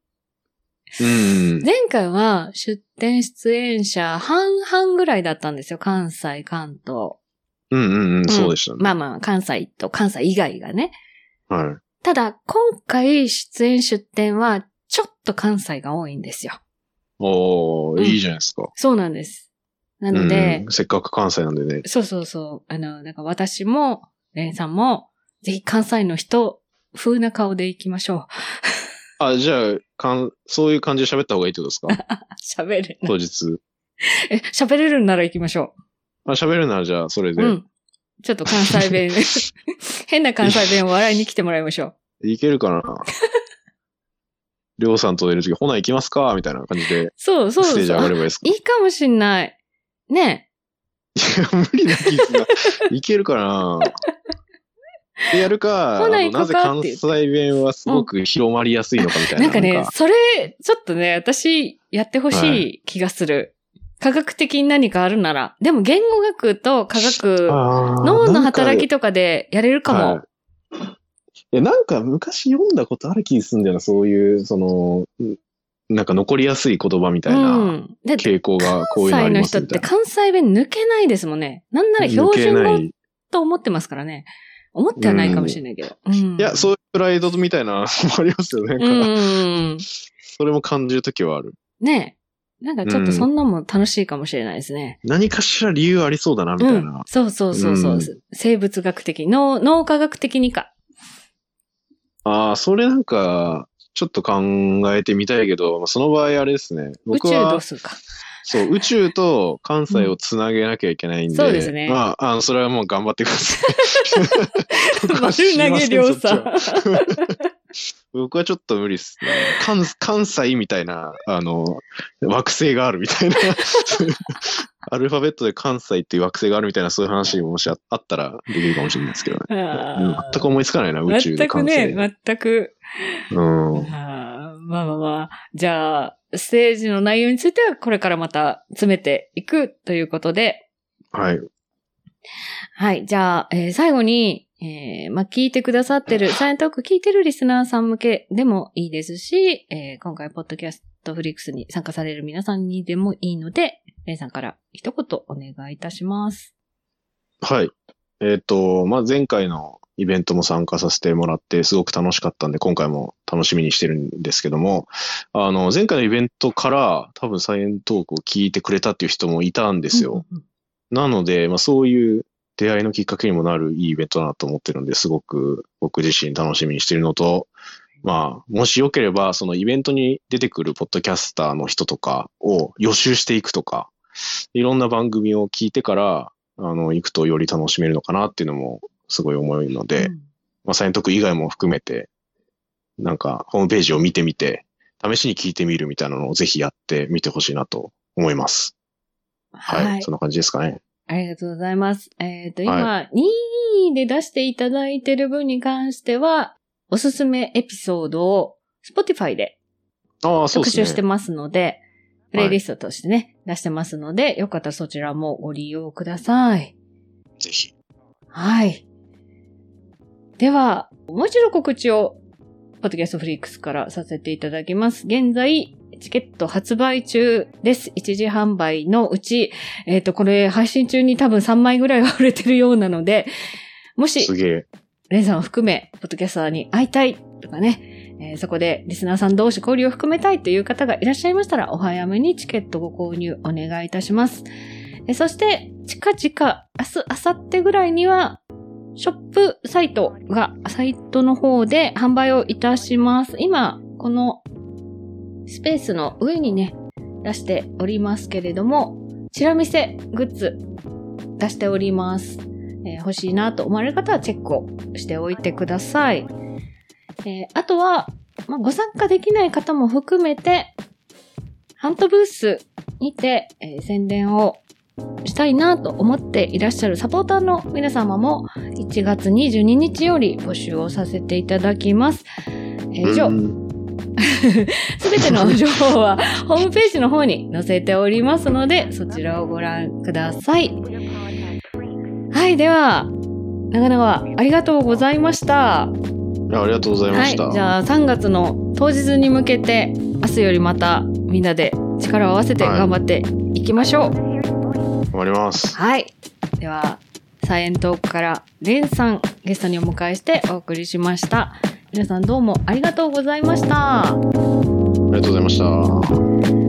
[SPEAKER 5] うん。
[SPEAKER 4] 前回は出展出演者半々ぐらいだったんですよ。関西、関東。
[SPEAKER 5] うんうんうん、そうでしたね。
[SPEAKER 4] まあまあ、関西と関西以外がね。
[SPEAKER 5] はい。
[SPEAKER 4] ただ、今回出演出展は、ちょっと関西が多いんですよ。
[SPEAKER 5] おー、
[SPEAKER 4] うん
[SPEAKER 5] いいじゃないですか。
[SPEAKER 4] そうなんです。なので、
[SPEAKER 5] うん、せっかく関西なんでね。
[SPEAKER 4] そうそうそう。あの、なんか私も、レンさんも、ぜひ関西の人、風な顔で行きましょ
[SPEAKER 5] あ、じゃあ、かんそういう感じで喋った方がいいってことです か
[SPEAKER 4] う。喋れる。
[SPEAKER 5] 当日。
[SPEAKER 4] え喋れるなら行きましょ
[SPEAKER 5] あ喋るならじゃあ、それ
[SPEAKER 4] う。
[SPEAKER 5] で。
[SPEAKER 4] うん。ちょっと関西 弁、変な関西弁を笑いに来てもらいましょう。
[SPEAKER 5] いけ るかなりょうさんと出る時ほな行きますかみたいな感じで、
[SPEAKER 4] そうそう
[SPEAKER 5] ステージ
[SPEAKER 4] そ
[SPEAKER 5] 上がれ
[SPEAKER 4] う。
[SPEAKER 5] ばいいです
[SPEAKER 4] い
[SPEAKER 5] か
[SPEAKER 4] いかもしんない。ね
[SPEAKER 5] いや、無理な気が。いけるかなでやるか、
[SPEAKER 4] ほ
[SPEAKER 5] あ
[SPEAKER 4] な
[SPEAKER 5] の
[SPEAKER 4] 行こ
[SPEAKER 5] な
[SPEAKER 4] う
[SPEAKER 5] ぜ
[SPEAKER 4] かっ
[SPEAKER 5] 関
[SPEAKER 4] て言って
[SPEAKER 5] 西弁はすごく広まりやすいのかみたいな。
[SPEAKER 4] なんかね、それ、ちょっとね、私、やってほ
[SPEAKER 5] は
[SPEAKER 4] しい気がする。科学的に何かあるなら。でも、言語学と科学、脳
[SPEAKER 5] 脳
[SPEAKER 4] の働き
[SPEAKER 5] と
[SPEAKER 4] とかでやれるかも。。
[SPEAKER 5] いや、なんか昔読んだことある気がするんだよな、そういう、その、うんなんか残りやすい言葉みたいうなん
[SPEAKER 4] で、
[SPEAKER 5] 傾向がこう
[SPEAKER 4] 関
[SPEAKER 5] い
[SPEAKER 4] 西
[SPEAKER 5] うのあり
[SPEAKER 4] の
[SPEAKER 5] ます
[SPEAKER 4] 人っ
[SPEAKER 5] みた
[SPEAKER 4] て
[SPEAKER 5] いな。
[SPEAKER 4] 関西弁抜けないですもんね。なんなら標準
[SPEAKER 5] 抜け
[SPEAKER 4] 語
[SPEAKER 5] ない
[SPEAKER 4] と思ってますからね。思ってはないかもしれないけど。うん
[SPEAKER 5] いや、そういうプライドみたいなのもありますよね。
[SPEAKER 4] うんうんうん。
[SPEAKER 5] それも感じるときはある。
[SPEAKER 4] ねえ。なんかちょっとそんなもん楽しいかもしれないですね。
[SPEAKER 5] 何かしら理由ありそうだな、みたいな。
[SPEAKER 4] うん。そうそうそうそう。
[SPEAKER 5] うん
[SPEAKER 4] 生物学的、脳、脳科学的にか。
[SPEAKER 5] ああ、それなんか、ちょっと考えてみたいけど、まあその場合あれですね。
[SPEAKER 4] 宇
[SPEAKER 5] 僕
[SPEAKER 4] 宙どう
[SPEAKER 5] は、
[SPEAKER 4] するか。
[SPEAKER 5] そう、宇宙と関西をつなげなきゃいけないんで。
[SPEAKER 4] うんそうですね
[SPEAKER 5] まあ、あの、それはもう頑張ってくだ さい。僕は
[SPEAKER 4] 丸
[SPEAKER 5] 知り
[SPEAKER 4] 投
[SPEAKER 5] ま
[SPEAKER 4] げ
[SPEAKER 5] せん
[SPEAKER 4] 量
[SPEAKER 5] そっち
[SPEAKER 4] 産
[SPEAKER 5] は。僕はちょっと無理っすね。関、関西みたいな、あの、惑星があるみたいな。 アルファベットで関西っていう惑星があるみたいな、そういう話ももしああったらできるかもしれないですけどね。うん
[SPEAKER 4] あ
[SPEAKER 5] 全く思いつかないな、宇宙
[SPEAKER 4] ー
[SPEAKER 5] で
[SPEAKER 4] 全く
[SPEAKER 5] 関西。
[SPEAKER 4] ね、全く。
[SPEAKER 5] うん。
[SPEAKER 4] あーまあまあまあ。じゃあ、ステージの内容については、これからまた詰めていくということで。
[SPEAKER 5] はい。
[SPEAKER 4] はい。じゃあ、えー最後に、えーまあ、聞いてくださ ってる、サイエントーク聞いてるリスナーさん向けでもいいですし、えー今回、ポッドキャストフリックスに参加される皆さんにでもいいので、レンさんから一言お願いいたします。
[SPEAKER 5] はい。えっ、と、まあ、前回のイベントも参加させてもらって、すごく楽しかったんで、今回も楽しみにしてるんですけども、あの、前回のイベントから、多分サイエントークを聞いてくれたっていう人もいたんですよ。
[SPEAKER 4] うんうん
[SPEAKER 5] なので、まあ、そういう出会いのきっかけにもなるいいイベントだなと思ってるんですごく僕自身楽しみにしてるのと、まあ、もしよければ、そのイベントに出てくるポッドキャスターの人とかを予習していくとか、いろんな番組を聞いてから、あの、行くとより楽しめるのかなっていうのもすごい思うの
[SPEAKER 4] うん
[SPEAKER 5] で、まあ、サイエントーク以外も含めて、なんか、ホームページを見てみて、試しに聞いてみるみたいなのをぜひやってみてほしいなと思います。はい。
[SPEAKER 4] はい
[SPEAKER 5] そんな感じですかね。
[SPEAKER 4] ありがとうございます。えっ、と、今、任意で出していただいてる分に関しては、おすすめエピソードを Spotify で
[SPEAKER 5] ああ、そ
[SPEAKER 4] 特
[SPEAKER 5] うです
[SPEAKER 4] 集
[SPEAKER 5] ね。
[SPEAKER 4] してますので、プレイリストとしてね、出してますので、よかったらそちらもご利用ください。
[SPEAKER 5] ぜひ。
[SPEAKER 4] はい。では、もう一度告知を、ポッドキャストフリークスからさせていただきます。現在、チケット発売中です。一時販売のうち、えっ、と、これ配信中に多分3枚ぐらいは売れてるようなので、もし
[SPEAKER 5] す、げえ。
[SPEAKER 4] レンさんを含め、ポッドキャスターに会いたいとかね、えーそこでリスナーさん同士交流を含めたいという方がいらっしゃいましたら、お早めにチケットご購入お願いいたします。えーそして、近々、明日、明後日ぐらいには、ショップサイトが、サイトの方で販売をいたします。今、このスペースの上にね、出しておりますけれども、チラ見せグッズ出しております。えー欲しいなと思われる方はチェックをしておいてください。えーあとは、まあ、ご参加できない方も含めて、ハントブースにて、えー宣伝をしたいなと思っていらっしゃるサポーターの皆様も1月22日より募集をさせていただきます。えー以上
[SPEAKER 5] う、ん
[SPEAKER 4] すべての情報は ホームページの方に載せておりますので、そちらをご覧ください。はい、では、長々ありがとうございました。
[SPEAKER 5] やありがとうございま
[SPEAKER 4] は
[SPEAKER 5] し
[SPEAKER 4] い。じ
[SPEAKER 5] た。
[SPEAKER 4] ゃあ3月の当日に向けて、明日よりまたみんなで力を合わせて
[SPEAKER 5] はい
[SPEAKER 4] 頑張っていきましょう。はい。
[SPEAKER 5] 終わります。
[SPEAKER 4] では、サイエントークからレンさんゲストにお迎えしてお送りしました。皆さんどうもありがとうございました。
[SPEAKER 5] ありがとうございました。